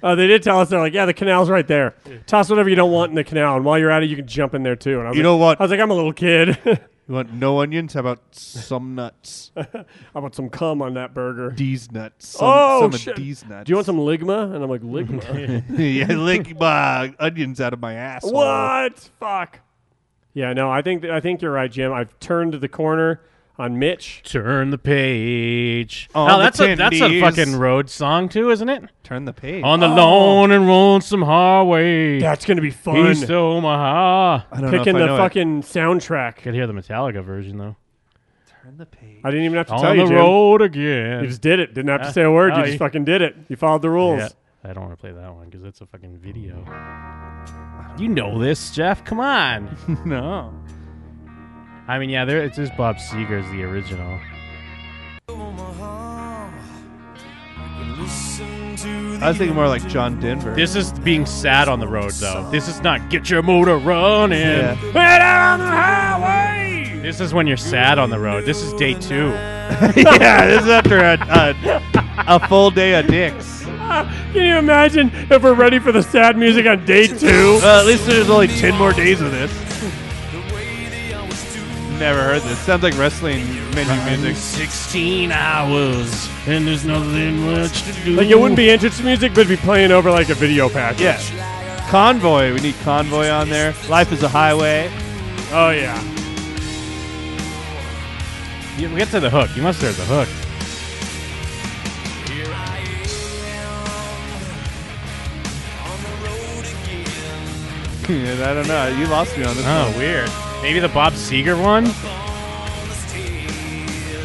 uh, they did tell us they're like, "Yeah, the canal's right there. Toss whatever you don't want in the canal, and while you're at it, you can jump in there too." And I was You like, know what? I was like, "I'm a little kid. <laughs> You want no onions? How about some nuts? I want some cum on that burger. These nuts. Some, oh some shit! Of these nuts. Do you want some ligma?" And I'm like, "Ligma." <laughs> yeah, lick my onions out of my ass. What? Fuck. Yeah, no, I think I think you're right, Jim. I've turned the corner on Mitch. Turn the page. On oh, the that's a that's a tendies. fucking road song too, isn't it? Turn the page. On the Oh. lone and lonesome highway. That's gonna be fun. East of Omaha. I don't know Picking if I the know it. fucking soundtrack. Could hear the Metallica version though. I didn't even have to On tell you. the Jim. road again. You just did it. Didn't have Uh, to say a word. oh, you just you- fucking did it. You followed the rules. Yeah. I don't want to play that one because it's a fucking video. You know this, Jeff. Come on. Oh. <laughs> no. I mean, yeah, there. It's just Bob Seger's the original. I was thinking more like John <laughs> Denver. <laughs> This is being sad on the road, though. This is not get your motor running. Yeah. Get out on the highway. This is when you're sad on the road. This is day two. yeah, this is after a, a, a full day of dicks. Ah, Can you imagine if we're ready for the sad music on day two? Well, at least there's only 10 more days of this. Never heard this. Sounds like wrestling menu music. 16 hours, and there's nothing much to do. Like it wouldn't be entrance music, but it'd be playing over like a video package. Yeah. Convoy. We need Convoy on there. Life is a Highway. <laughs> Oh, yeah. You we get to the hook. You must have heard the hook. I don't know. You lost me on this Oh, one. weird. Maybe the Bob Seger one?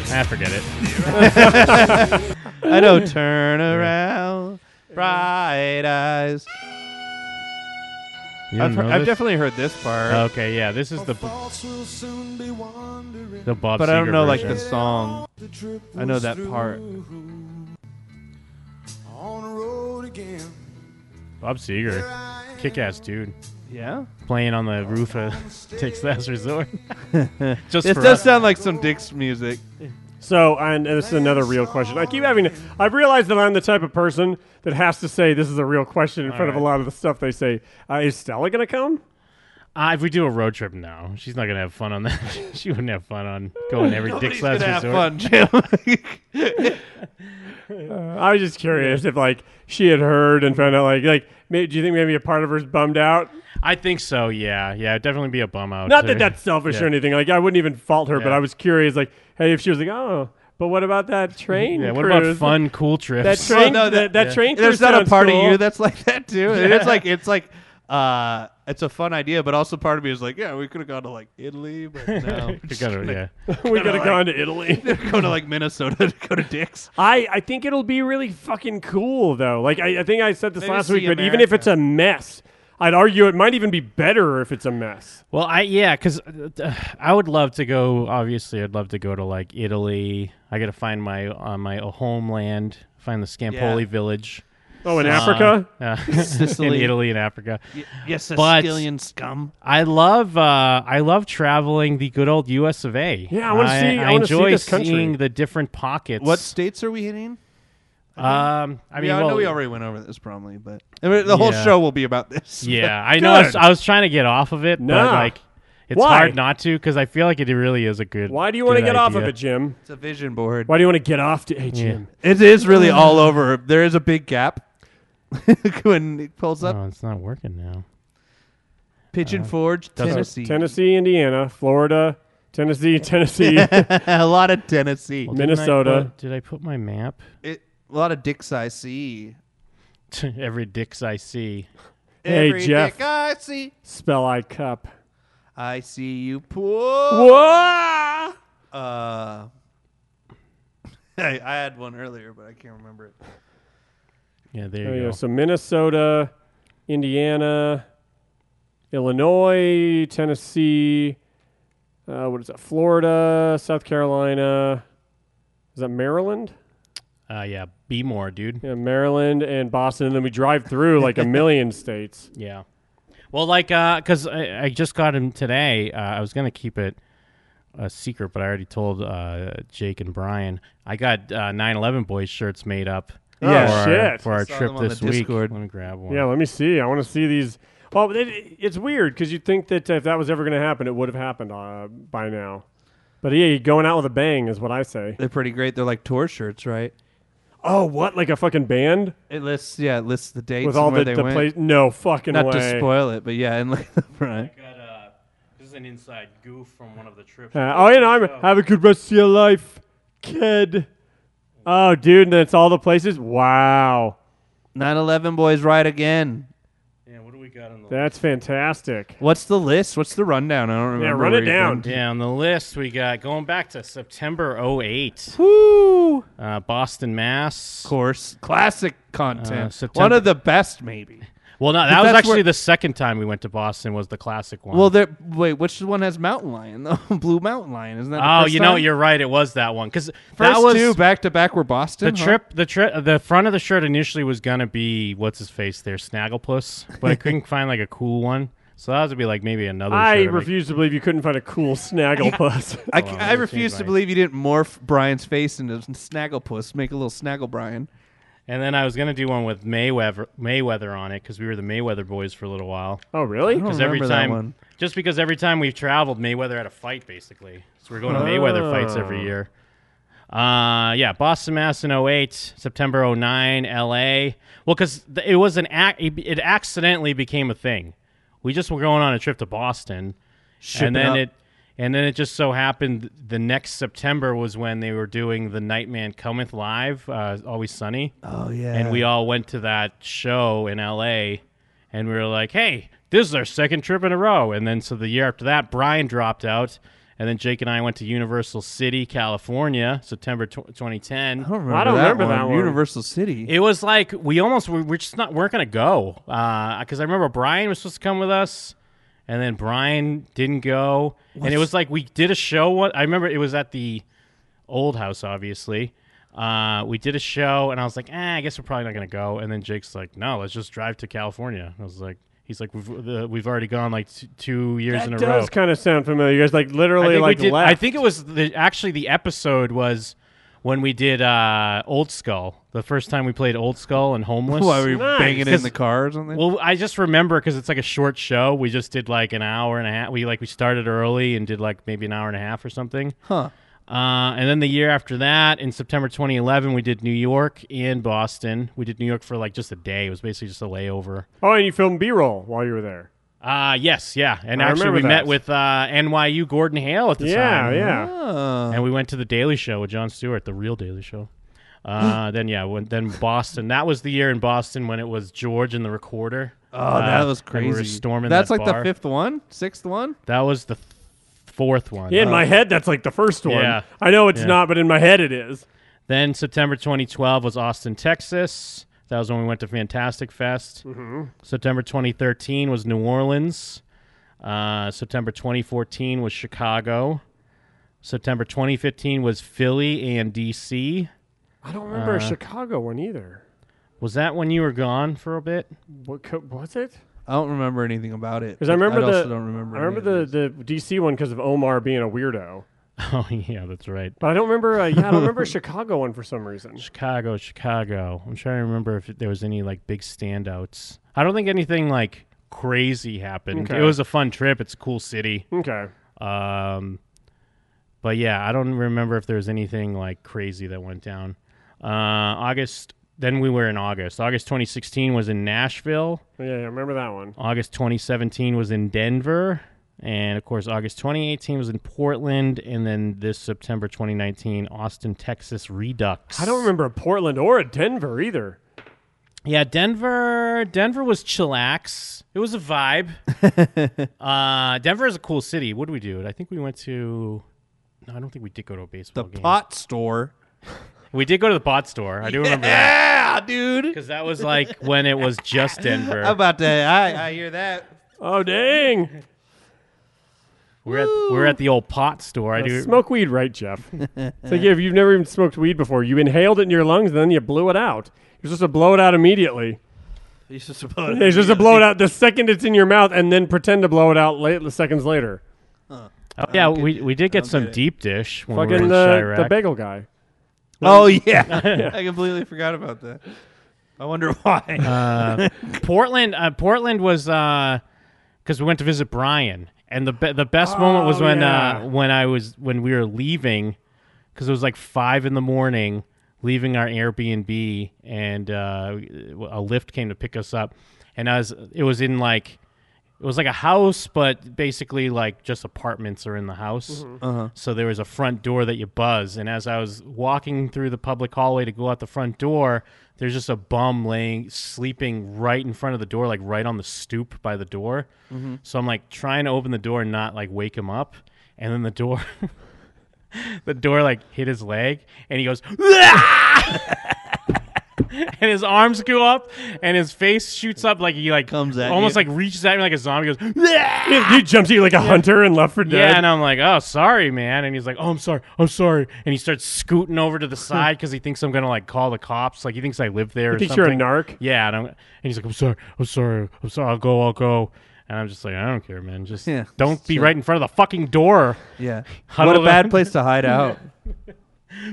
I forget it. I know. Turn around. Bright eyes. You I've, don't know heard, I've this? Uh, definitely heard this part. Okay, yeah, this is the the Bob. but I don't Seger know like version. the song. I know that part. Bob Seger, kick-ass dude. Yeah? playing on the roof of <laughs> Dick's <laughs> Last Resort. Just it for does us. sound like some Dick's music. So, and, and this is another real question. I keep having. I've realized that I'm the type of person that has to say this is a real question in All front of right. a lot of the stuff they say. Uh, is Stella gonna come? Uh, if we do a road trip, no, she's not gonna have fun on that. <laughs> she wouldn't have fun on <laughs> going to every Dick's Last Resort. <laughs> Uh, I was just curious if like she had heard and found out like like. May, do you think maybe a part of her's bummed out? I think so. Yeah, yeah, it'd definitely be a bum out. Not too. that that's selfish or Yeah. anything. Like I wouldn't even fault her, but Yeah. I was curious. Like, hey, if she was like, oh, but what about that train? <laughs> Yeah, what about cruise? fun, cool trips? That train, Well, no, that, that yeah. train. There's cruise not a sounds part of cool. you that's like that too. And Yeah. It's like it's like uh, it's a fun idea, but also part of me is like, yeah, we could have gone to like Italy, <laughs> <laughs> but no, Could go to- <laughs> yeah. <laughs> <laughs> We coulda gone to Italy. go to like Minnesota, to go to Dick's. I, I think it'll be really fucking cool though. Like I, I think I said this Maybe last see week, but even if it's a mess, I'd argue it might even be better if it's a mess. Well, I yeah, because I would love to go. Obviously, I'd love to go to like Italy. I got to find my uh, my homeland, find the Scampoli Yeah. village. Oh, in Uh, Africa? <laughs> yeah. <laughs> Sicily. in Italy and Africa. Y- yes, But Sicilian scum. I love uh, I love traveling the good old U.S. of A. Yeah, I wanna see- I I, wanna see enjoy this country. seeing the different pockets. What states are we hitting? Um, I mean, yeah, I know well- we already went over this, probably, but I mean, the whole Yeah. show will be about this. <laughs> Yeah, I know. I was, I was trying to get off of it, Nah. but like, it's Why? hard not to because I feel like it really is a good. Why do you want to good get off of idea. it, Jim? It's a vision board. Why do you want to get off to hey, Yeah. Jim? It is really all over. There is a big gap <laughs> when it pulls up. Oh, uh, it's not working now. Pigeon Forge, That's- Tennessee. Tennessee, Indiana, Florida, Tennessee, <laughs> <laughs> Tennessee. <laughs> a lot of Tennessee, Didn't I Minnesota. put- did I put my map? <laughs> It, a lot of dicks I see. Every dicks I see. Hey, Every Jeff. dick I see. Spell I cup. I see you poor. Whoa! Uh, <laughs> I, I had one earlier, but I can't remember it. Yeah, there Oh, you yeah, go. So Minnesota, Indiana, Illinois, Tennessee, uh, what is that? Florida, South Carolina. Is that Maryland? Uh, yeah, be more, dude. Yeah, Maryland and Boston. And then we drive through like a <laughs> million states. Yeah. Well, like, because I, I just got him today. Uh, I was gonna keep it a secret, but I already told uh, Jake and Brian. I got uh, 9/11 boys shirts made up. Yeah, for our- shit. for our I saw trip them on this the week. Discord. Let me grab one. Yeah, let me see. I want to see these. Well, it, it's weird because you'd think that if that was ever going to happen, it would have happened uh, by now. But yeah, you're going out with a bang is what I <laughs> say. They're pretty great. They're like tour shirts, right? Oh, what? Like a fucking band? It lists, yeah, it lists the dates With all and where the- they the went. place- no fucking Not way. to spoil it, but yeah, and <laughs> like the front. got uh, this is an inside goof from one of the trips. Uh, oh, you know, I'm, have a good rest of your life, kid. Oh, dude, and it's all the places. Wow, 9/11 boys ride again. that's fantastic. What's the list? What's the rundown? I don't remember. where you went. Yeah, on the list we got going back to September 08. Woo! Uh, Boston, Mass. Of course, classic content. Uh, One of the best, maybe. Well, no, that But was that's actually where- the second time we went to Boston. Was the classic one. Well, there. Wait, which one has mountain lion? though? <laughs> Blue Mountain Lion, isn't that? the oh, first you know, time? you're right. It was that one because that First was two back to back were Boston. the huh? trip. The trip. The front of the shirt initially was gonna be what's his face there, Snagglepuss, but I couldn't <laughs> find like a cool one. So that was to be like maybe another. I shirt make. refuse to believe you couldn't find a cool <laughs> snagglepuss. I, I refuse to believe you didn't morph Brian's face into Snagglepuss, make a little Snaggle Brian. And then I was gonna do one with Mayweather Mayweather on it because we were the Mayweather boys for a little while. <laughs> Oh, really? I don't Because every remember that time, one. just because every time we've traveled, Mayweather had a fight basically. So we're going to Oh. Mayweather fights every year. Uh, yeah, Boston, Mass in 08, September 09, LA. Well, because it was an act, it it accidentally became a thing. We just were going on a trip to Boston, Shipping and then up. it, and then it just so happened the next September was when they were doing the Nightman Cometh live, uh, Always Sunny. Oh, yeah. and we all went to that show in LA, and we were like, hey. This is our second trip in a row, and then so the year after that, Brian dropped out, And then Jake and I went to Universal City, California, September tw 2010. I don't remember I don't that remember one. that one. Universal City. <laughs> It was like we almost we we're just not weren't gonna go because I remember Brian was supposed to come with us, and then Brian didn't go, and it was like we did a show. What I remember it was at the old house, obviously. Uh, we did a show, and I was like, eh, I guess we're probably not gonna go. And then Jake's like, No, let's just drive to California. I was like, He's like, We've the, we've already gone like t- two years in a That row. does kind of sound familiar. You guys like I literally think we like did- left. I think it was the, actually the episode was when we did uh, Old Skull. The first time we played Old Skull and Homeless. Why, were you Nice. banging it in 'Cause- the car or something? Well, I just remember because it's like a short show. We just did like an hour and a half. We like we started early and did like maybe an hour and a half or something. Huh. Uh, and then the year after that, in September 2011, we did New York and Boston. We did New York for like just a day. It was basically just a layover. oh, and you filmed B-roll while you were there. Uh, yes, yeah. And I actually, remember we that. met with uh, NYU Gordon Hale at the Yeah, time. yeah. And we went to the Daily Show with Jon Stewart, the real Daily Show. <gasps> Uh, then yeah, when, then Boston. That was the year in Boston when it was George and the Recorder. Oh, Uh, that was and we crazy. were storming. That's that like bar. the fifth one, sixth one. That was the th- fourth one. Yeah, in my head, that's like the first one. Uh, Yeah. I know it's Yeah. not, but in my head, it is. Then September 2012 was Austin, Texas. That was when we went to Fantastic Fest. Mhm. September 2013 was New Orleans. Uh, September 2014 was Chicago. September 2015 was Philly and DC. I don't remember a Uh, Chicago one either. Was that when you were gone for a bit? What co- was it? I don't remember anything about it. Because I remember the also don't remember. I remember the, the DC one because of Omar being a weirdo. <laughs> Oh yeah, that's right. But I don't remember. Uh, yeah, I don't remember <laughs> a Chicago one for some reason. Chicago, Chicago. I'm trying to remember if there was any like big standouts. I don't think anything like crazy happened. Okay. It was a fun trip. It's a cool city. Okay. Um, but yeah, I don't remember if there was anything like crazy that went down. Uh, August. Then we were in August. August 2016 was in Nashville. Yeah, yeah, I remember that one. August 2017 was in Denver. And of course, August 2018 was in Portland. And then this September 2019, Austin, Texas Redux. I don't remember a Portland or a Denver either. Yeah, Denver. Denver was chillax. It was a <laughs> vibe. uh, Denver is a cool city. What did we do? I think we went to. No, I don't think we did go to a baseball game. pot store. We did go to the pot store. I do remember that. Yeah, dude. Because that was like when it was <laughs> just Denver. How about that? I, I hear that. Oh dang! We're at, we're at the old pot store. I Uh, do. smoke weed, right, Jeff? it's <laughs> like if you've never even smoked weed before, you inhaled it in your lungs and then you blew it out. You're supposed to blow it out immediately. You're supposed to You're supposed to blow it out the second it's in your mouth, and then pretend to blow it out late seconds later. Oh, yeah, we, we did get some deep dish when we were Fucking in the, Chirac. the bagel guy. <laughs> <laughs> Oh yeah, I completely forgot about that. I wonder why. <laughs> uh, Portland. Uh, Portland was because we went to visit Brian, and the be- the best moment was when yeah. uh, when I was when we were leaving because it was like five in the morning, leaving our Airbnb, and uh, a lift came to pick us up, and I was it was in like. It was like a house, but basically like just apartments are in the house. Mhm. Uh-huh. So there was a front door that you buzz, and as I was walking through the public hallway to go out the front door, there's just a bum laying sleeping right in front of the door, like right on the stoop by the door. Mhm. So I'm like trying to open the door and not like wake him up, and then the door, <laughs> the door like hit his leg, and he goes. <laughs> and his arms go up, and his face shoots up like he like comes at almost you. like reaches at me like a zombie. Goes, He, he jumps at you like a hunter and left for <laughs> dead. yeah, and I'm like, oh, sorry, man. And he's like, oh, I'm sorry, I'm sorry. And he starts scooting <laughs> over to the side because he thinks I'm gonna like call the cops. Like he thinks I live there. He or thinks you're a something. narc? Yeah, and, I'm, and he's like, I'm sorry, I'm sorry, I'm sorry. I'll go, I'll go. And I'm just like, I don't care, man. Just Yeah, don't just be chill. right in front of the fucking door. <laughs> Yeah. Huddle What a bad up. place to <laughs> hide out.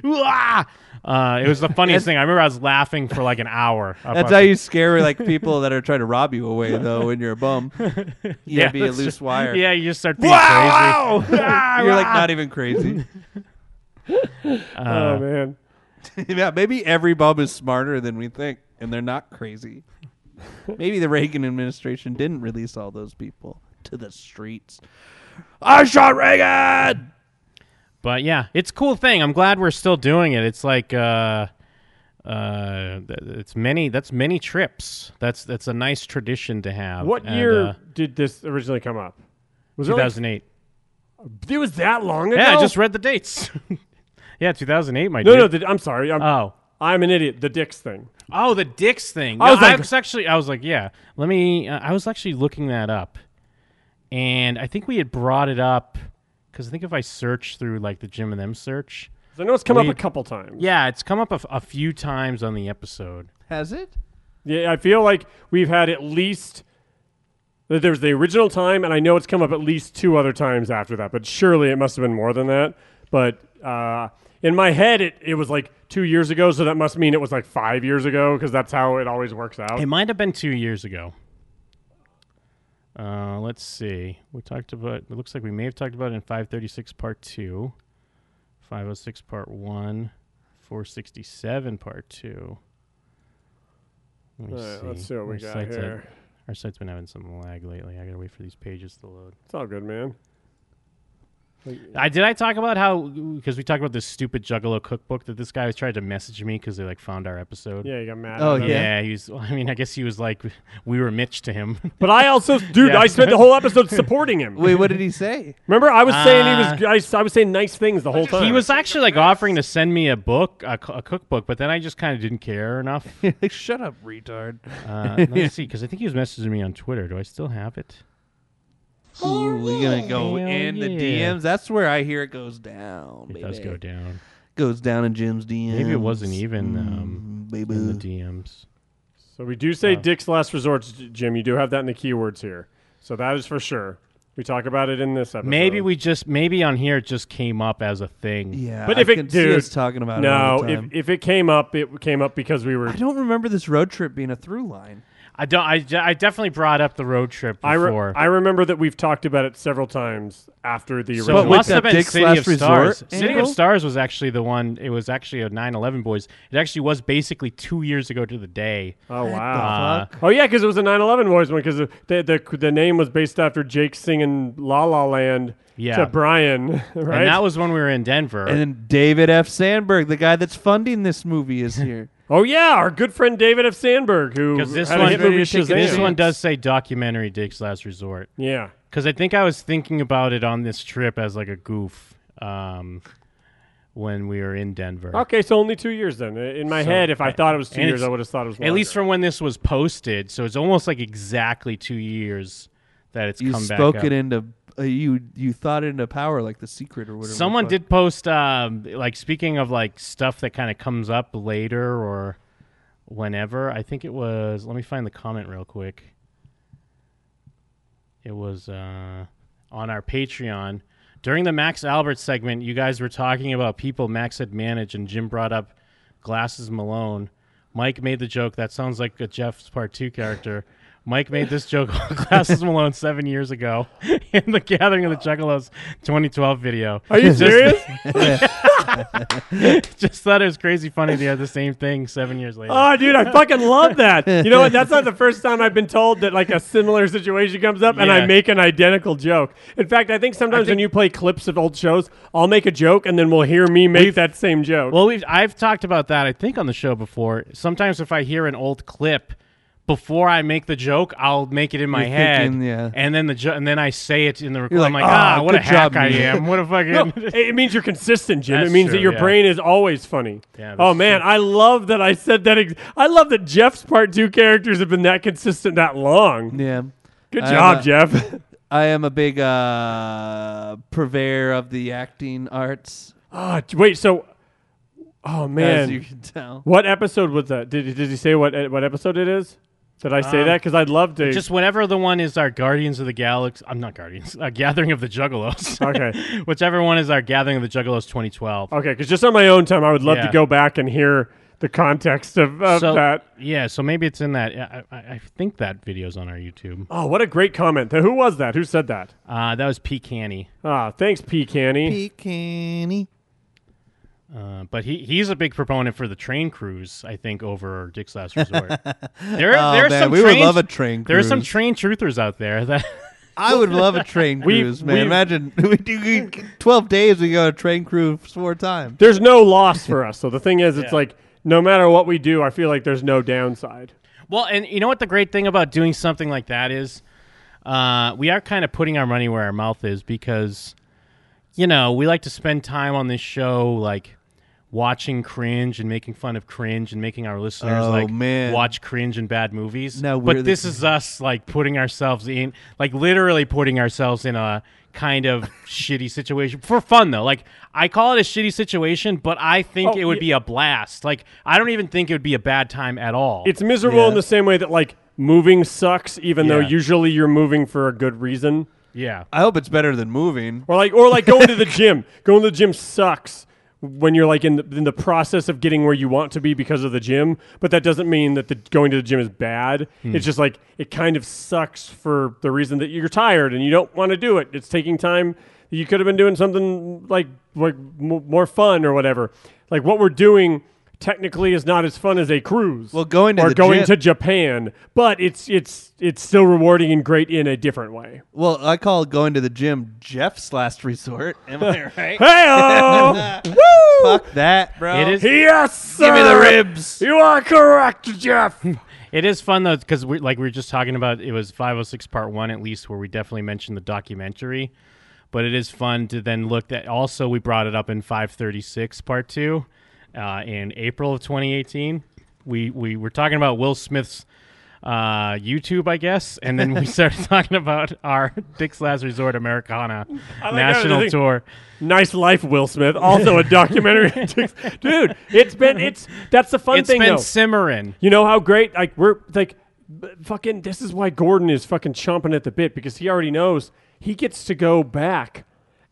Wah! uh, it was <laughs> the funniest thing. I remember I was laughing for like an hour. That's how you scare like people that are trying to rob you away though when you're a bum. <laughs> You Yeah, gotta be a that's <laughs> loose right. wire. Yeah, Ah, you just start being <laughs> wow, crazy. wow! you're like not <laughs> even crazy. oh man. yeah, maybe every bum is smarter than we think, and they're not crazy. Maybe the Reagan administration didn't release all those people to the streets. I shot Reagan. But yeah, it's a cool thing. I'm glad we're still doing it. It's like uh uh th- it's many that's many trips. That's that's a nice tradition to have. What And, year uh, did this originally come up? Was it like- 2008. It was that long ago. Yeah, I just read the dates. <laughs> yeah, 2008, my No, dude. no, the, I'm sorry. I'm, Oh. I'm an idiot. The dicks thing. Oh, the dicks thing. I No, I was was, like- actually, I was like, yeah. Let me. Uh, I was actually looking that up, and I think we had brought it up because I think if I search through like the Jim and them search, 'Cause I know it's come up we- a couple times. Yeah, it's come up a, f- a few times on the episode. Has it? Yeah, I feel like we've had at least that there was the original time, and I know it's come up at least two other times after that. But surely it must have been more than that. But uh, in my head, it, it was like two years ago, so that must mean it was like five years ago because that's how it always works out. It might have been two years ago. Uh, let's see. We talked about. It looks like we may have talked about it in 536 part two, 506 part one, 467 part two. Let me All right, let's see what we got site's at- here. our site's been having some lag lately. I gotta wait for these pages to load. It's all good, man. Like- I did I talk about how because we talked about this stupid Juggalo cookbook that this guy was trying to message me because they like found our episode. Yeah, he got mad Oh, at him. yeah. yeah. He was. <laughs> I mean, I guess he was like, we were Mitch to him. <laughs> But I also, dude, Yeah. I spent the whole episode supporting <laughs> him. Wait, what did he say? Remember, I was saying he Uh, was. I s- I, was saying nice things the whole time. He was actually like offering to send me a book, a, co- a cookbook, but then I just kind of didn't care <laughs> enough. Like, shut up, retard. Uh, let's see, because I think he was messaging me on Twitter. Do I still have it? Ooh, we're gonna go Hell in the yeah. DMs. That's where I hear it goes down. It does baby. go down. Goes down in Jim's Mm, DMs. Maybe it wasn't even um, in the DMs. So we do say Dick's Last Resorts, J- Jim. You do have that in the keywords here. So that is for sure. We talk about it in this episode. Maybe we just maybe on here it just came up as a thing. Yeah, But I if it, can dude, see us talking about it all no, the time. if if it came up, it came up because we were. I don't remember this road trip being a through line. I don't. I, de- I definitely brought up the road trip I, re- before. I remember that we've talked about it several times after the so original. it must have been Dick's City Last of Resort Stars. City angle? of Stars was actually the one. It was actually a 9/11 boys. It actually was basically two years ago to the day. Oh Uh, wow! oh yeah, because it was a 9/11 voice one because the, the the name was based after Jake singing La La Land Yeah. to Brian, <laughs> right? And that was when we were in Denver. And then David F. Sandberg, the guy that's funding this <laughs> movie, is here. oh yeah, our good friend David F. Sandberg, who Because this had a one, hit movie Shazam. this one does say documentary Dick's Last Resort. Yeah. Because I think I was thinking about it on this trip as like a goof um, when we were in Denver. Okay, so only two years then. In my So- head, if I thought it was two and years, it's- I would have thought it was At least from when this was posted. So it's almost like exactly two years that it's You come back. spoke up. it into uh, you. You thought it into power, like the secret or whatever. the Someone fuck. did post, um, like, speaking of like stuff that kind of comes up later or whenever. I think it was. Let me find the comment real quick. It was uh, on our Patreon during the Max Albert segment. You guys were talking about people Max had managed, and Jim brought up Glasses Malone. Mike made the joke that sounds like a Jeff's Part Two character. Mike made this joke on <laughs> Glasses Malone seven years ago <laughs> in the Gathering of the Juggalos 2012 video. Are you <laughs> Just- serious? Just thought it was crazy funny to have the same thing seven years later. Oh, dude, I fucking love that. You know what? That's not the first time I've been told that like a similar situation comes up, and I Yeah. make an identical joke. In fact, I think sometimes when you play clips of old shows, I'll make a joke, and then we'll hear me make that same joke. Well, we've I've talked about that I think on the show before. Sometimes if I hear an old clip before I make the joke, I'll make it in my You're head, thinking, yeah. and then the jo- and then I say it in the recording. You're I'm like, like, ah, "Ah, what a good job, hack I me." am! <laughs> What a fucking No, <laughs> it it means you're consistent, Jim. That's it means that true, your yeah. brain is always funny. Yeah, oh that's man, I love that I said that. Ex- I love that Jeff's part two characters have been that consistent that long. Yeah. Good I job, am a- Jeff. <laughs> I am a big uh, purveyor of the acting arts. Ah, j- wait. So, oh man, you can tell. What episode was that? Did did he say what uh, what episode it is? Did I say Um, that? Because I'd love to. <laughs> Just whatever the one is, our Guardians of the Galaxy. I'm not Guardians. Uh, Gathering of the Juggalos. <laughs> Okay. Whichever one is our Gathering of the Juggalos 2012. okay, because just on my own time, I would love to Yeah. go back and hear the context of, of so, that. Yeah, so maybe it's in that. I, I, I think that video's on our YouTube. Oh, what a great comment! Who was that? Who said that? Uh, that was P. Canny. Ah, thanks, P. Canny. Pecanny. Uh, but he, he's a big proponent for the train cruise, I think, over Dick's <laughs> Last Resort. there, Oh, there are man, some we would trains- love a train There are some cruise. train truthers out there that I would love a train <laughs> We- cruise, man. we- Imagine <laughs> we do we- twelve days. We go on a train cruise four times. There's no loss <laughs> for us. So the thing is, it's Yeah. like no matter what we do, I feel like there's no downside. Well, and you know what the great thing about doing something like that is, uh, we are kind of putting our money where our mouth is because you know, we like to spend time on this show, like watching cringe and making fun of cringe and making our listeners Oh, like man. watch cringe and bad movies. No, we're but the- this is us like putting ourselves in, like literally putting ourselves in a kind <laughs> of shitty situation for fun though. Like I call it a shitty situation, but I think Oh, it would yeah. be a blast. Like I don't even think it would be a bad time at all. It's miserable in the same way that like moving sucks, even though Yeah. usually you're moving for a good reason. Yeah. I hope it's better than moving. Or like, or like going to the <laughs> gym. Going to the gym sucks when you're like in the, in the process of getting where you want to be because of the gym. But that doesn't mean that the going to the gym is bad. Hmm. It's just like it kind of sucks for the reason that you're tired and you don't want to do it. It's taking time. You could have been doing something like like m- more fun or whatever. Like what we're doing technically is not as fun as a cruise. Well, going to or the going gym- to Japan, but it's it's it's still rewarding and great in a different way. Well, I call going to the gym Jeff's <laughs> last resort. Am I right? <laughs> Hey, Woo! Fuck that, bro. It is. Give me the ribs. You are correct, Jeff. it is fun though, because we like we were just talking about. It was 506 Part One, at least, where we definitely mentioned the documentary. But it is fun to then look at. Also, we brought it up in 536 Part Two, uh, in April of 2018. We we were talking about Will Smith's uh, YouTube, I guess, and <laughs> then we started talking about our Dick's Last Resort Americana I like how national they think- tour. Nice life, Will Smith. Also a documentary, <laughs> dude. It's been it's that's the fun It's thing. been though. simmering. You know how great like we're like b- fucking. This is why Gordon is fucking chomping at the bit because he already knows he gets to go back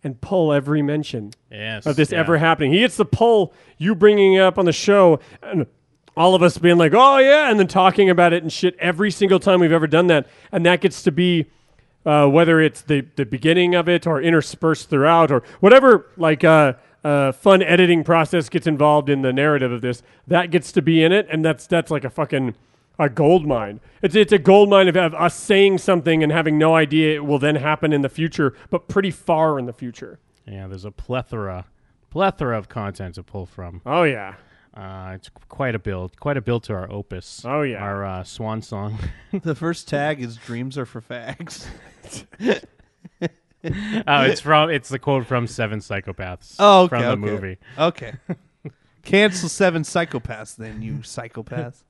and pull every mention Yes, of this yeah. ever happening. He gets to pull you bringing it up on the show and. All of us being like, oh yeah, and then talking about it and shit every single time we've ever done that, and that gets to be uh, whether it's the, the beginning of it or interspersed throughout or whatever like uh, uh, fun editing process gets involved in the narrative of this that gets to be in it and that's that's like a fucking a gold mine it's, it's a gold mine of, of us saying something and having no idea it will then happen in the future but pretty far in the future Yeah, there's a plethora, plethora of content to pull from. Oh yeah, uh, it's quite a build, quite a build to our opus. Oh yeah, our uh, swan song. <laughs> The first tag is dreams are for fags. <laughs> oh, it's from it's the quote from Seven Psychopaths. Oh, okay, from the okay. movie. <laughs> Okay. Cancel seven psychopaths, then you psychopaths.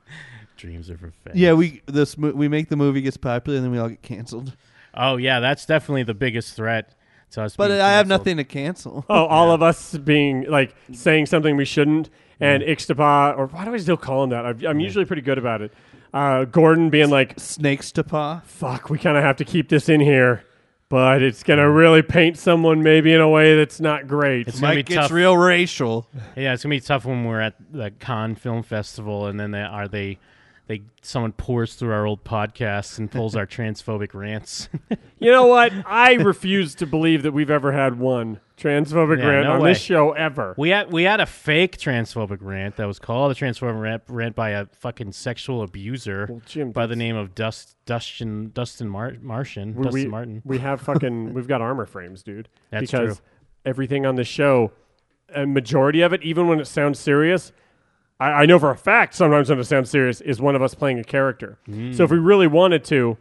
Dreams are for fags. Yeah, we this mo- we make the movie gets popular, and then we all get canceled. Oh yeah, that's definitely the biggest threat to us. But being I have canceled. nothing to cancel. <laughs> oh all of us being like saying something we shouldn't and ixtapa or why do i still call him that I've, i'm usually pretty good about it uh, gordon being like <laughs> snakes to paw fuck we kind of have to keep this in here but it's gonna really paint someone maybe in a way that's not great It's gonna be tough. racial. Yeah, it's gonna be tough when we're at the Cannes Film Festival, and then they, are they, they someone pours through our old podcasts and pulls <laughs> our transphobic rants. you know what i <laughs> refuse to believe that we've ever had one transphobic Yeah, rant no on way. this show ever We had we had a fake transphobic rant that was called a transphobic rant, rant by a fucking sexual abuser Jim by the name of Dust Dustin Dustin Mar- Martian we, Dustin we- Martin. we have <laughs> fucking we've got armor frames dude That's because true. everything on the show a majority of it even when it sounds serious I, I know for a fact sometimes when it sounds serious is one of us playing a character so Mm. if we really wanted to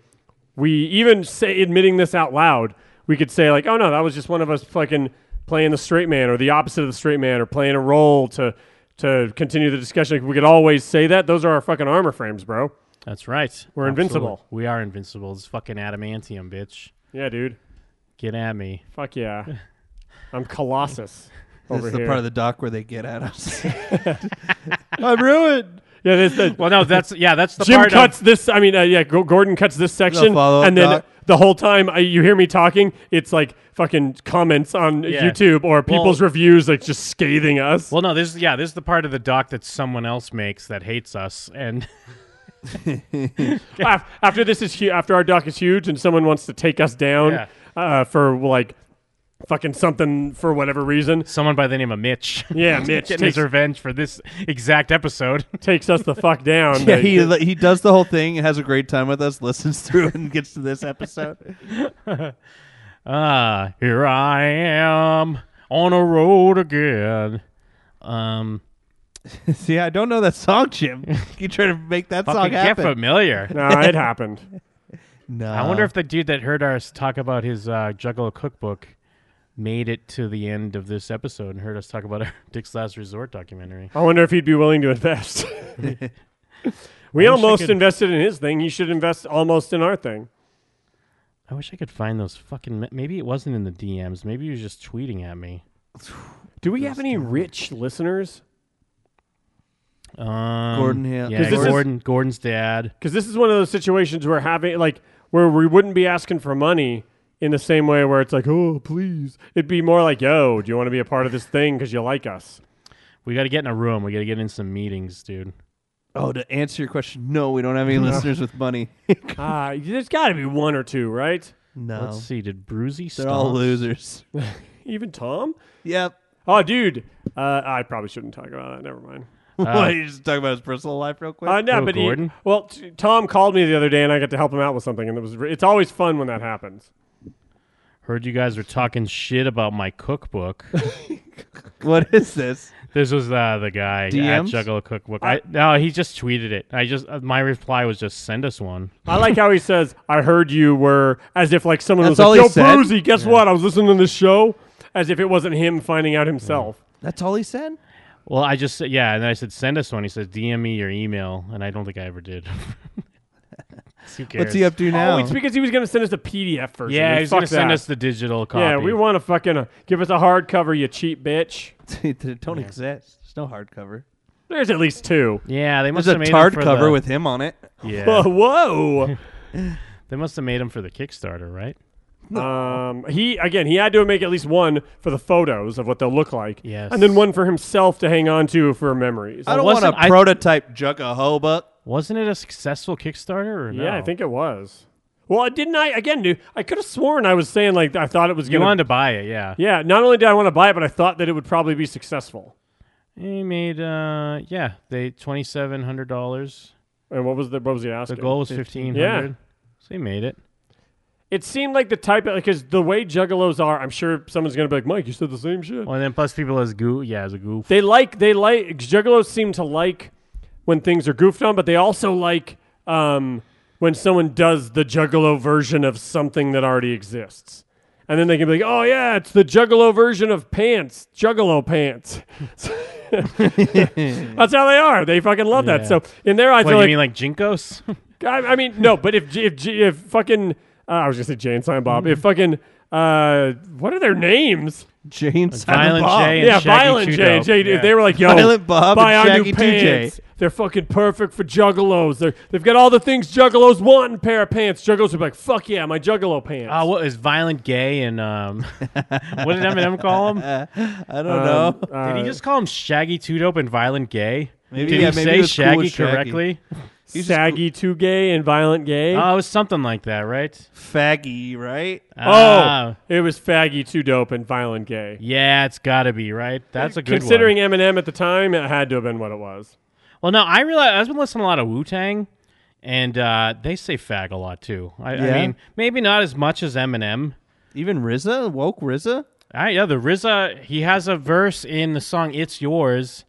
we even say admitting this out loud we could say like oh no that was just one of us fucking playing the straight man or the opposite of the straight man or playing a role to to continue the discussion Like, we could always say that those are our fucking armor frames bro That's right. we're invincible We are invincible. It's fucking adamantium, bitch. yeah dude Get at me. Fuck <laughs> yeah. I'm Colossus That's over the here. part of the doc where they get at us. <laughs> I'm ruined. Yeah, this, the, <laughs> well, no, that's yeah, that's the Jim part of- cuts this. I mean, uh, yeah, Go- Gordon cuts this section, follow-up and then doc? the whole time uh, you hear me talking, it's like fucking comments on Yeah. YouTube or people's Well- reviews, like just scathing us. Well, no, this is yeah, this is the part of the doc that someone else makes that hates us and Af- after this is hu- after our doc is huge, and someone wants to take us down <laughs> Yeah. uh, for like fucking something for whatever reason. Someone by the name of Mitch. <laughs> <laughs> Yeah, Mitch Getting his takes- revenge for this exact episode. Takes us the fuck <laughs> down. yeah, he li- he does the whole thing, has a great time with us, listens <laughs> through, and gets to this episode. Ah, here I am on a road again. Um, See, I don't know that song, Jim. You try to make that song fucking get happen. familiar. Nah, it happened. No, Uh-huh. I wonder if the dude that heard us talk about his uh, Juggalo cookbook made it to the end of this episode and heard us talk about <laughs> our Dick's Last Resort documentary. I wonder if he'd be willing to <laughs> invest. we I wish I almost could- invested in his thing. He should invest almost in our thing. I wish I could find those fucking. me- Maybe it wasn't in the DMs. Maybe he was just tweeting at me. Do we have any rich listeners? Um, Gordon Hill. Yeah, 'Cause this is- Gordon. Gordon's dad. Because this is one of those situations where having like where we wouldn't be asking for money in the same way where it's like, oh please, it'd be more like, yo, do you want to be a part of this thing because you like us? We got to get in a room. We got to get in some meetings, dude. Oh, to answer your question, no, we don't have any No. listeners with money. <laughs> Ah, there's got to be one or two, right? No. Let's see. Did Bruzy? They're all stomp? losers. Even Tom? Yep. Oh, dude, uh, I probably shouldn't talk about that. Never mind. <laughs> what, you just talk about his personal life real quick? Uh, Oh, no, but he, well, t- Tom called me the other day, and I got to help him out with something, and it was re- it's always fun when that happens. Heard you guys were talking shit about my cookbook. what is this? This was uh, the guy at DMs? Juggalo Cookbook. I, no, he just tweeted it. I just uh, my reply was just send us one. I like <laughs> how he says, "I heard you were," as if like someone That's all was he like, "Yo, said? Bruzy, guess what? I was listening to this show," as if it wasn't him finding out himself. That's all he said. Well, I just said- yeah, and then I said send us one. He says DM me your email, and I don't think I ever did. <laughs> Who cares? What's he up to now? Oh, <laughs> it's because he was going to send us a PDF version. Yeah, and he's fuck gonna send that. us the digital Yeah, copy. we want to fucking uh, give us a hardcover, you cheap bitch. don't exist. There's no hardcover. There's at least two. <laughs> Yeah, they must There's a have made tard him for cover the- with him on it. Yeah. Whoa. they must have made him for the Kickstarter, right? Um, he again, he had to make at least one for the photos of what they'll look like, Yes. and then one for himself to hang on to for memories. I don't want a Wasn't- I- prototype Juggahoba. Wasn't it a successful Kickstarter? Or no? Yeah, I think it was. Well, I didn't. I again, dude, I could have sworn I was saying like I thought it was. You Gonna, wanted to buy it, yeah. Yeah, not only did I want to buy it, but I thought that it would probably be successful. He made uh yeah, they twenty seven hundred dollars. And what was the what was he asking? The goal was fifteen hundred. So he made it. It seemed like the type of because the way juggalos are, I'm sure someone's gonna be like, Mike, you said the same shit. Well, and then plus people as goo, yeah, as a goof. They like they like juggalos seem to like when things are goofed on, but they also like um, when someone does the juggalo version of something that already exists. And then they can be like, "Oh yeah, it's the juggalo version of pants, juggalo <laughs> pants." That's how they are. They fucking love Yeah. that. So in their eyes, What, they're you like, mean like <laughs> Jinkos? <laughs> I, I mean, no, but if if if fucking uh, I was gonna say Jane Silent Bob. Mm-hmm. If fucking uh, what are their names? Jane Violent Bob. J and yeah, Shaggy Violent Two J. Dope. J- Yeah. They were like, yo, Violent Bob buy and our Shaggy new Two pants. They're fucking perfect for juggalos. They're, they've got all the things juggalos want in a pair of pants. Juggalos would be like, fuck yeah, my juggalo pants. Oh, what is violent gay and um, <laughs> what did Eminem call him? <laughs> I don't know. did he uh, just call him Shaggy Two Dope and Violent Gay? Maybe- did yeah, he maybe say it was cool Shaggy with Shaggy. correctly? Saggy too gay and violent gay. Oh, it was something like that, right? <laughs> Faggy, right? Ah. oh, it was faggy too dope and violent gay. Yeah, it's got to be right. That's a good Considering Eminem at the time, it had to have been what it was. one. Well, no, I realize I've been listening to a lot of Wu Tang, and uh, they say fag a lot too. I, Yeah? I mean, maybe not as much as Eminem. Even RZA, woke RZA. I, Ah, yeah, the RZA, he has a verse in the song "It's Yours."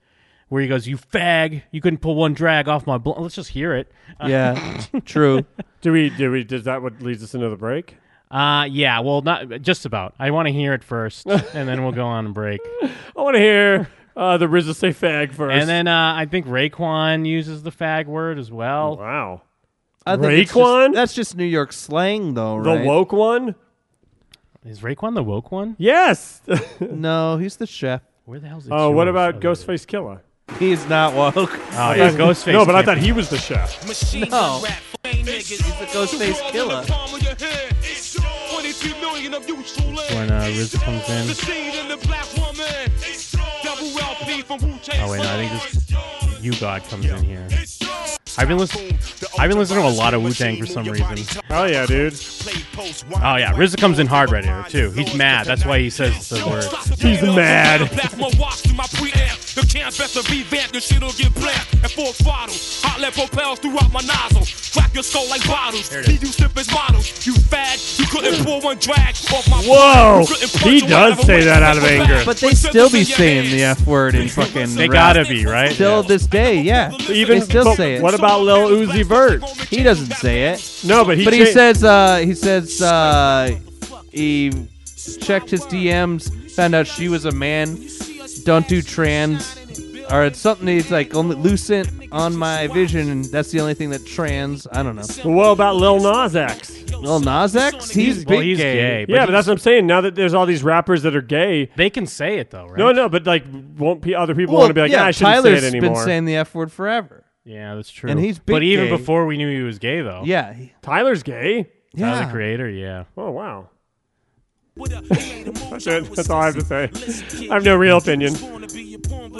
Where he goes, you fag! You couldn't pull one drag off my. Bl-. Let's just hear it. <laughs> Yeah, true. Do we? Do we? Does that what leads us into the break? Uh, yeah. Well, not just about. I want to hear <laughs> it first, and then we'll go on a break. I want to hear uh, the RZA say fag first. And then uh, I think Raekwon uses the fag word as well. Wow. I think it's just- Raekwon? that's just New York slang, though, The right? woke one? Is Raekwon the woke one? Yes. <laughs> no, he's the chef. Where the hell's Oh, what about Ghostface Killer? He's not woke. <laughs> Oh, I yeah, thought- Ghostface <laughs> no, but I can't- thought he was the chef. No. He's the Ghostface Killer. That's <laughs> when uh, RZA comes in. Oh wait, no, I think this You God comes in here. I've been listening. I've been listening to a lot of Wu Tang for some reason. Oh yeah, dude. Oh yeah, RZA comes in hard right here too. He's mad. That's why he says the word. He's mad. Black my watch to my preamp. The can's best to be vamped. Your shit'll get black at full throttle. Hot lead propels throughout my nozzle. Crack your skull like bottles. See you sip as models. You fad. You couldn't pull one drag off my. Whoa. You couldn't punch He a does whatever say way. that out of anger. But they still be saying the F word in fucking. They rap. gotta be, right? Still this day, yeah. Even they still but say it. What about Lil Uzi Vert? He doesn't say it. No, but he But he cha- says. Uh, he says. Uh, he checked his DMs, found out she was a man. Don't do trans. Or it's something that's like only lucent on my vision, and that's the only thing that trans. I don't know. Well, what about Lil Nas X? Lil Nas X? He's big Well, he's gay. gay, yeah, but that's what I'm saying. Now that there's all these rappers that are gay, they can say it though, right? No, no, but like, won't pe- other people Well, want to be like, yeah, "Ah, I shouldn't Tyler's say it anymore? been saying the F word forever. Yeah, that's true. And he's big But even gay. before we knew he was gay, though. Yeah, he- Tyler's gay. Tyler, the creator. Yeah. Oh wow. that's it. That's all I have to say. I have no real opinion.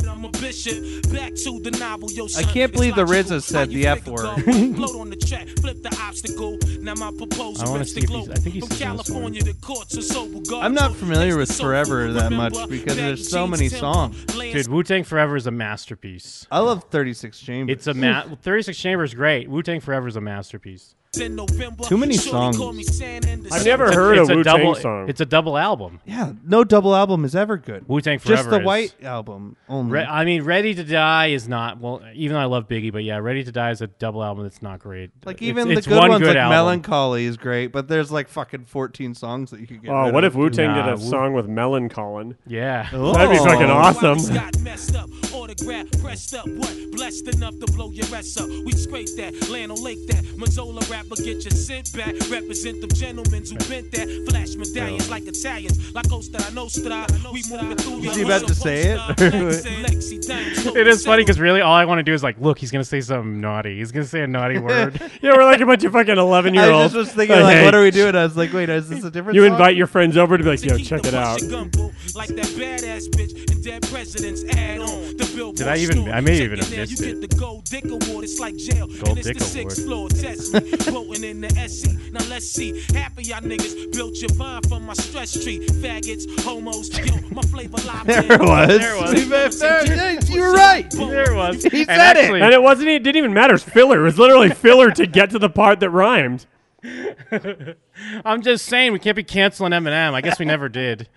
Back to the novel, yo, I son, can't it's believe the like you RZA said the F <laughs> word. <laughs> Float on the track, flip the obstacle. Now my proposal I wanna rips the see if globe. he's- I think he's From singing this one. California to courts of sober guard. I'm not familiar with Forever that much because there's so many songs. Dude, Wu Tang Forever is a masterpiece. I love 36 Chambers. It's a ma- 36 Chambers, great. Wu Tang Forever is a masterpiece. In November, Too many shorty songs. called me saying in the I've summer- never It's a- heard it's a a Wu-Tang double- song. it's a double album. Yeah, no double album is ever good. Wu Tang Forever. Just the is- White album only. Re- I mean, Ready to Die is not. Well, even though I love Biggie, but yeah, Ready to Die is a double album that's not great. like It's- even it's the good one ones, good like album. Melancholy is great, but there's like fucking 14 songs that you could get. Oh, rid what of. if Wu Tang Nah, did a Wu- song with Melon Colin? Yeah. that'd be fucking Oh. awesome. <laughs> Got messed up, autograph pressed up. What? Blessed enough to blow your rest up. We scrape that, land on lake that. Mazzola rapper, get your scent back. Represent the gentlemen who bent that. Flash medallions like Italians, La Costa Nostra. We moving through your Is he about to say <laughs> it? <laughs> It is funny because really all I want to do is like, look, he's gonna say something naughty. He's gonna say a <laughs> naughty word. yeah, we're like a bunch of fucking eleven year I olds. just was thinking, like, what are we doing? I was like, wait, is this a different? You song? invite your friends over to be like, yo, check it out. like that badass bitch and dead presidents add on the billboard. Did I even? I may even have Now you missed get it. the Gold Dick Award. It's like jail, Gold and it's Dick the sixth floor. Award. <laughs> Test me, voting in the SC. Now let's see. Half of y'all niggas built your vine from my stress tree. Faggots, homos, yo, my flavor live. There in. it was. There it See, man, there- you were right. There it was. He said it. And it wasn't. It didn't even matter. It's filler. It was literally filler to get to the part that rhymed. I'm just saying we can't be canceling Eminem. I guess we never did.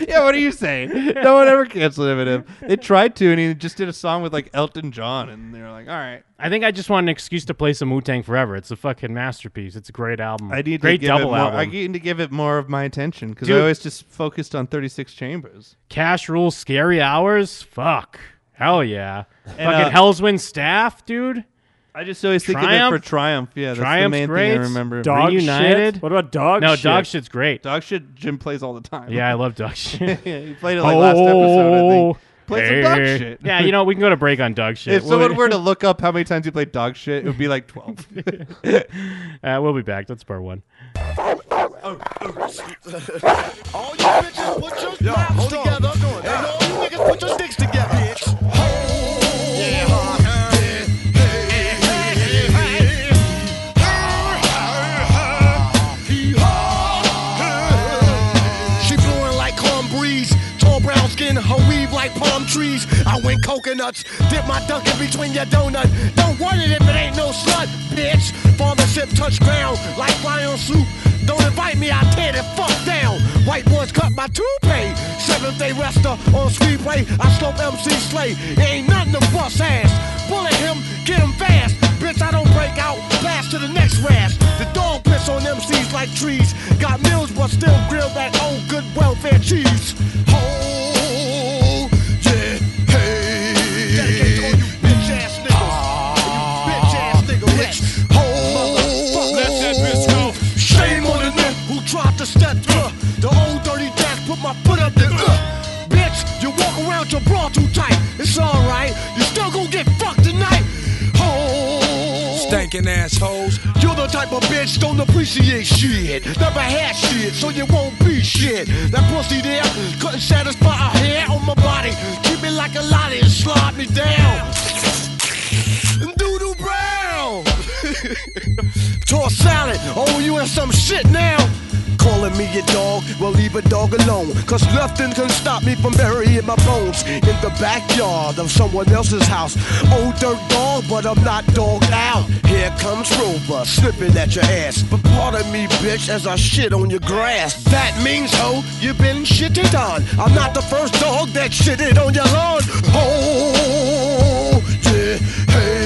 yeah, what are you saying? No one ever canceled Eminem. They tried to, and he just did a song with like Elton John, and they're like, all right. I think I just want an excuse to play some Wu Tang Forever. It's a fucking masterpiece. It's a great album. I need great to give double it more, album. I need to give it more of my attention because I Dude. always just focused on 36 Chambers. Cash Rules, Scary Hours. Fuck. Hell yeah. fucking uh, Hell's Wind Staff, dude. I just always think of it Triumph? for Triumph. Yeah, that's the Triumph's main thing I great. remember. Dog Reunited. Shit? What about Dog No, Shit? Dog Shit's great. Dog shit, Jim plays all the time. Yeah, I love Dog Shit. Oh. <laughs> yeah, he played it like last episode. I think. Play some dog Hey. shit. Yeah, you know, we can go to break on Dog Shit. <laughs> if someone were to look up how many times you played dog shit, it would be like <laughs> 12. <laughs> uh, we'll be back. That's part one. All you bitches put your Yo, hold together. And all you niggas put your dicks together. Bitch. She blew in like calm breeze. Tall brown skin, her weave like palm trees. I went coconuts, dip my dunk in between your donut. Don't want it if it ain't no slut, bitch. Father ship touch ground like lion soup. Don't invite me, I tear the fuck down. White boys cut my toupee. Seventh day rester on speed play. I slope MC Slay. Ain't nothing to bust ass. Bullet him, get him fast. Bitch, I don't break out. Pass to the next rash. The dog piss on MCs like trees. Got meals, but still grill that old good welfare cheese. Oh, yeah, hey. Dedicate to all you bitch ass niggas. You bitch ass nigga, rich. Oh, let that bitch go. Shame on the nigga who tried to step through. The old dirty dash put my foot up the uh. Bitch, you walk around your bra too tight. It's alright. You still gonna get fucked tonight. Oh. Stinking assholes. You're the type of bitch don't appreciate shit. Never had shit, so you won't be shit. That pussy there couldn't satisfy a hair on my body. Keep me like a lottie and slide me down. Doodle <laughs> brown. Toss salad. Oh, you in some shit now? Calling me your dog, well leave a dog alone. Cause nothing can stop me from burying my bones in the backyard of someone else's house. Old dirt dog, but I'm not dogged out. Here comes Rover, slipping at your ass. But pardon me, bitch, as I shit on your grass. That means, ho, you've been shitted on. I'm not the first dog that shitted on your lawn. Oh, yeah, hey.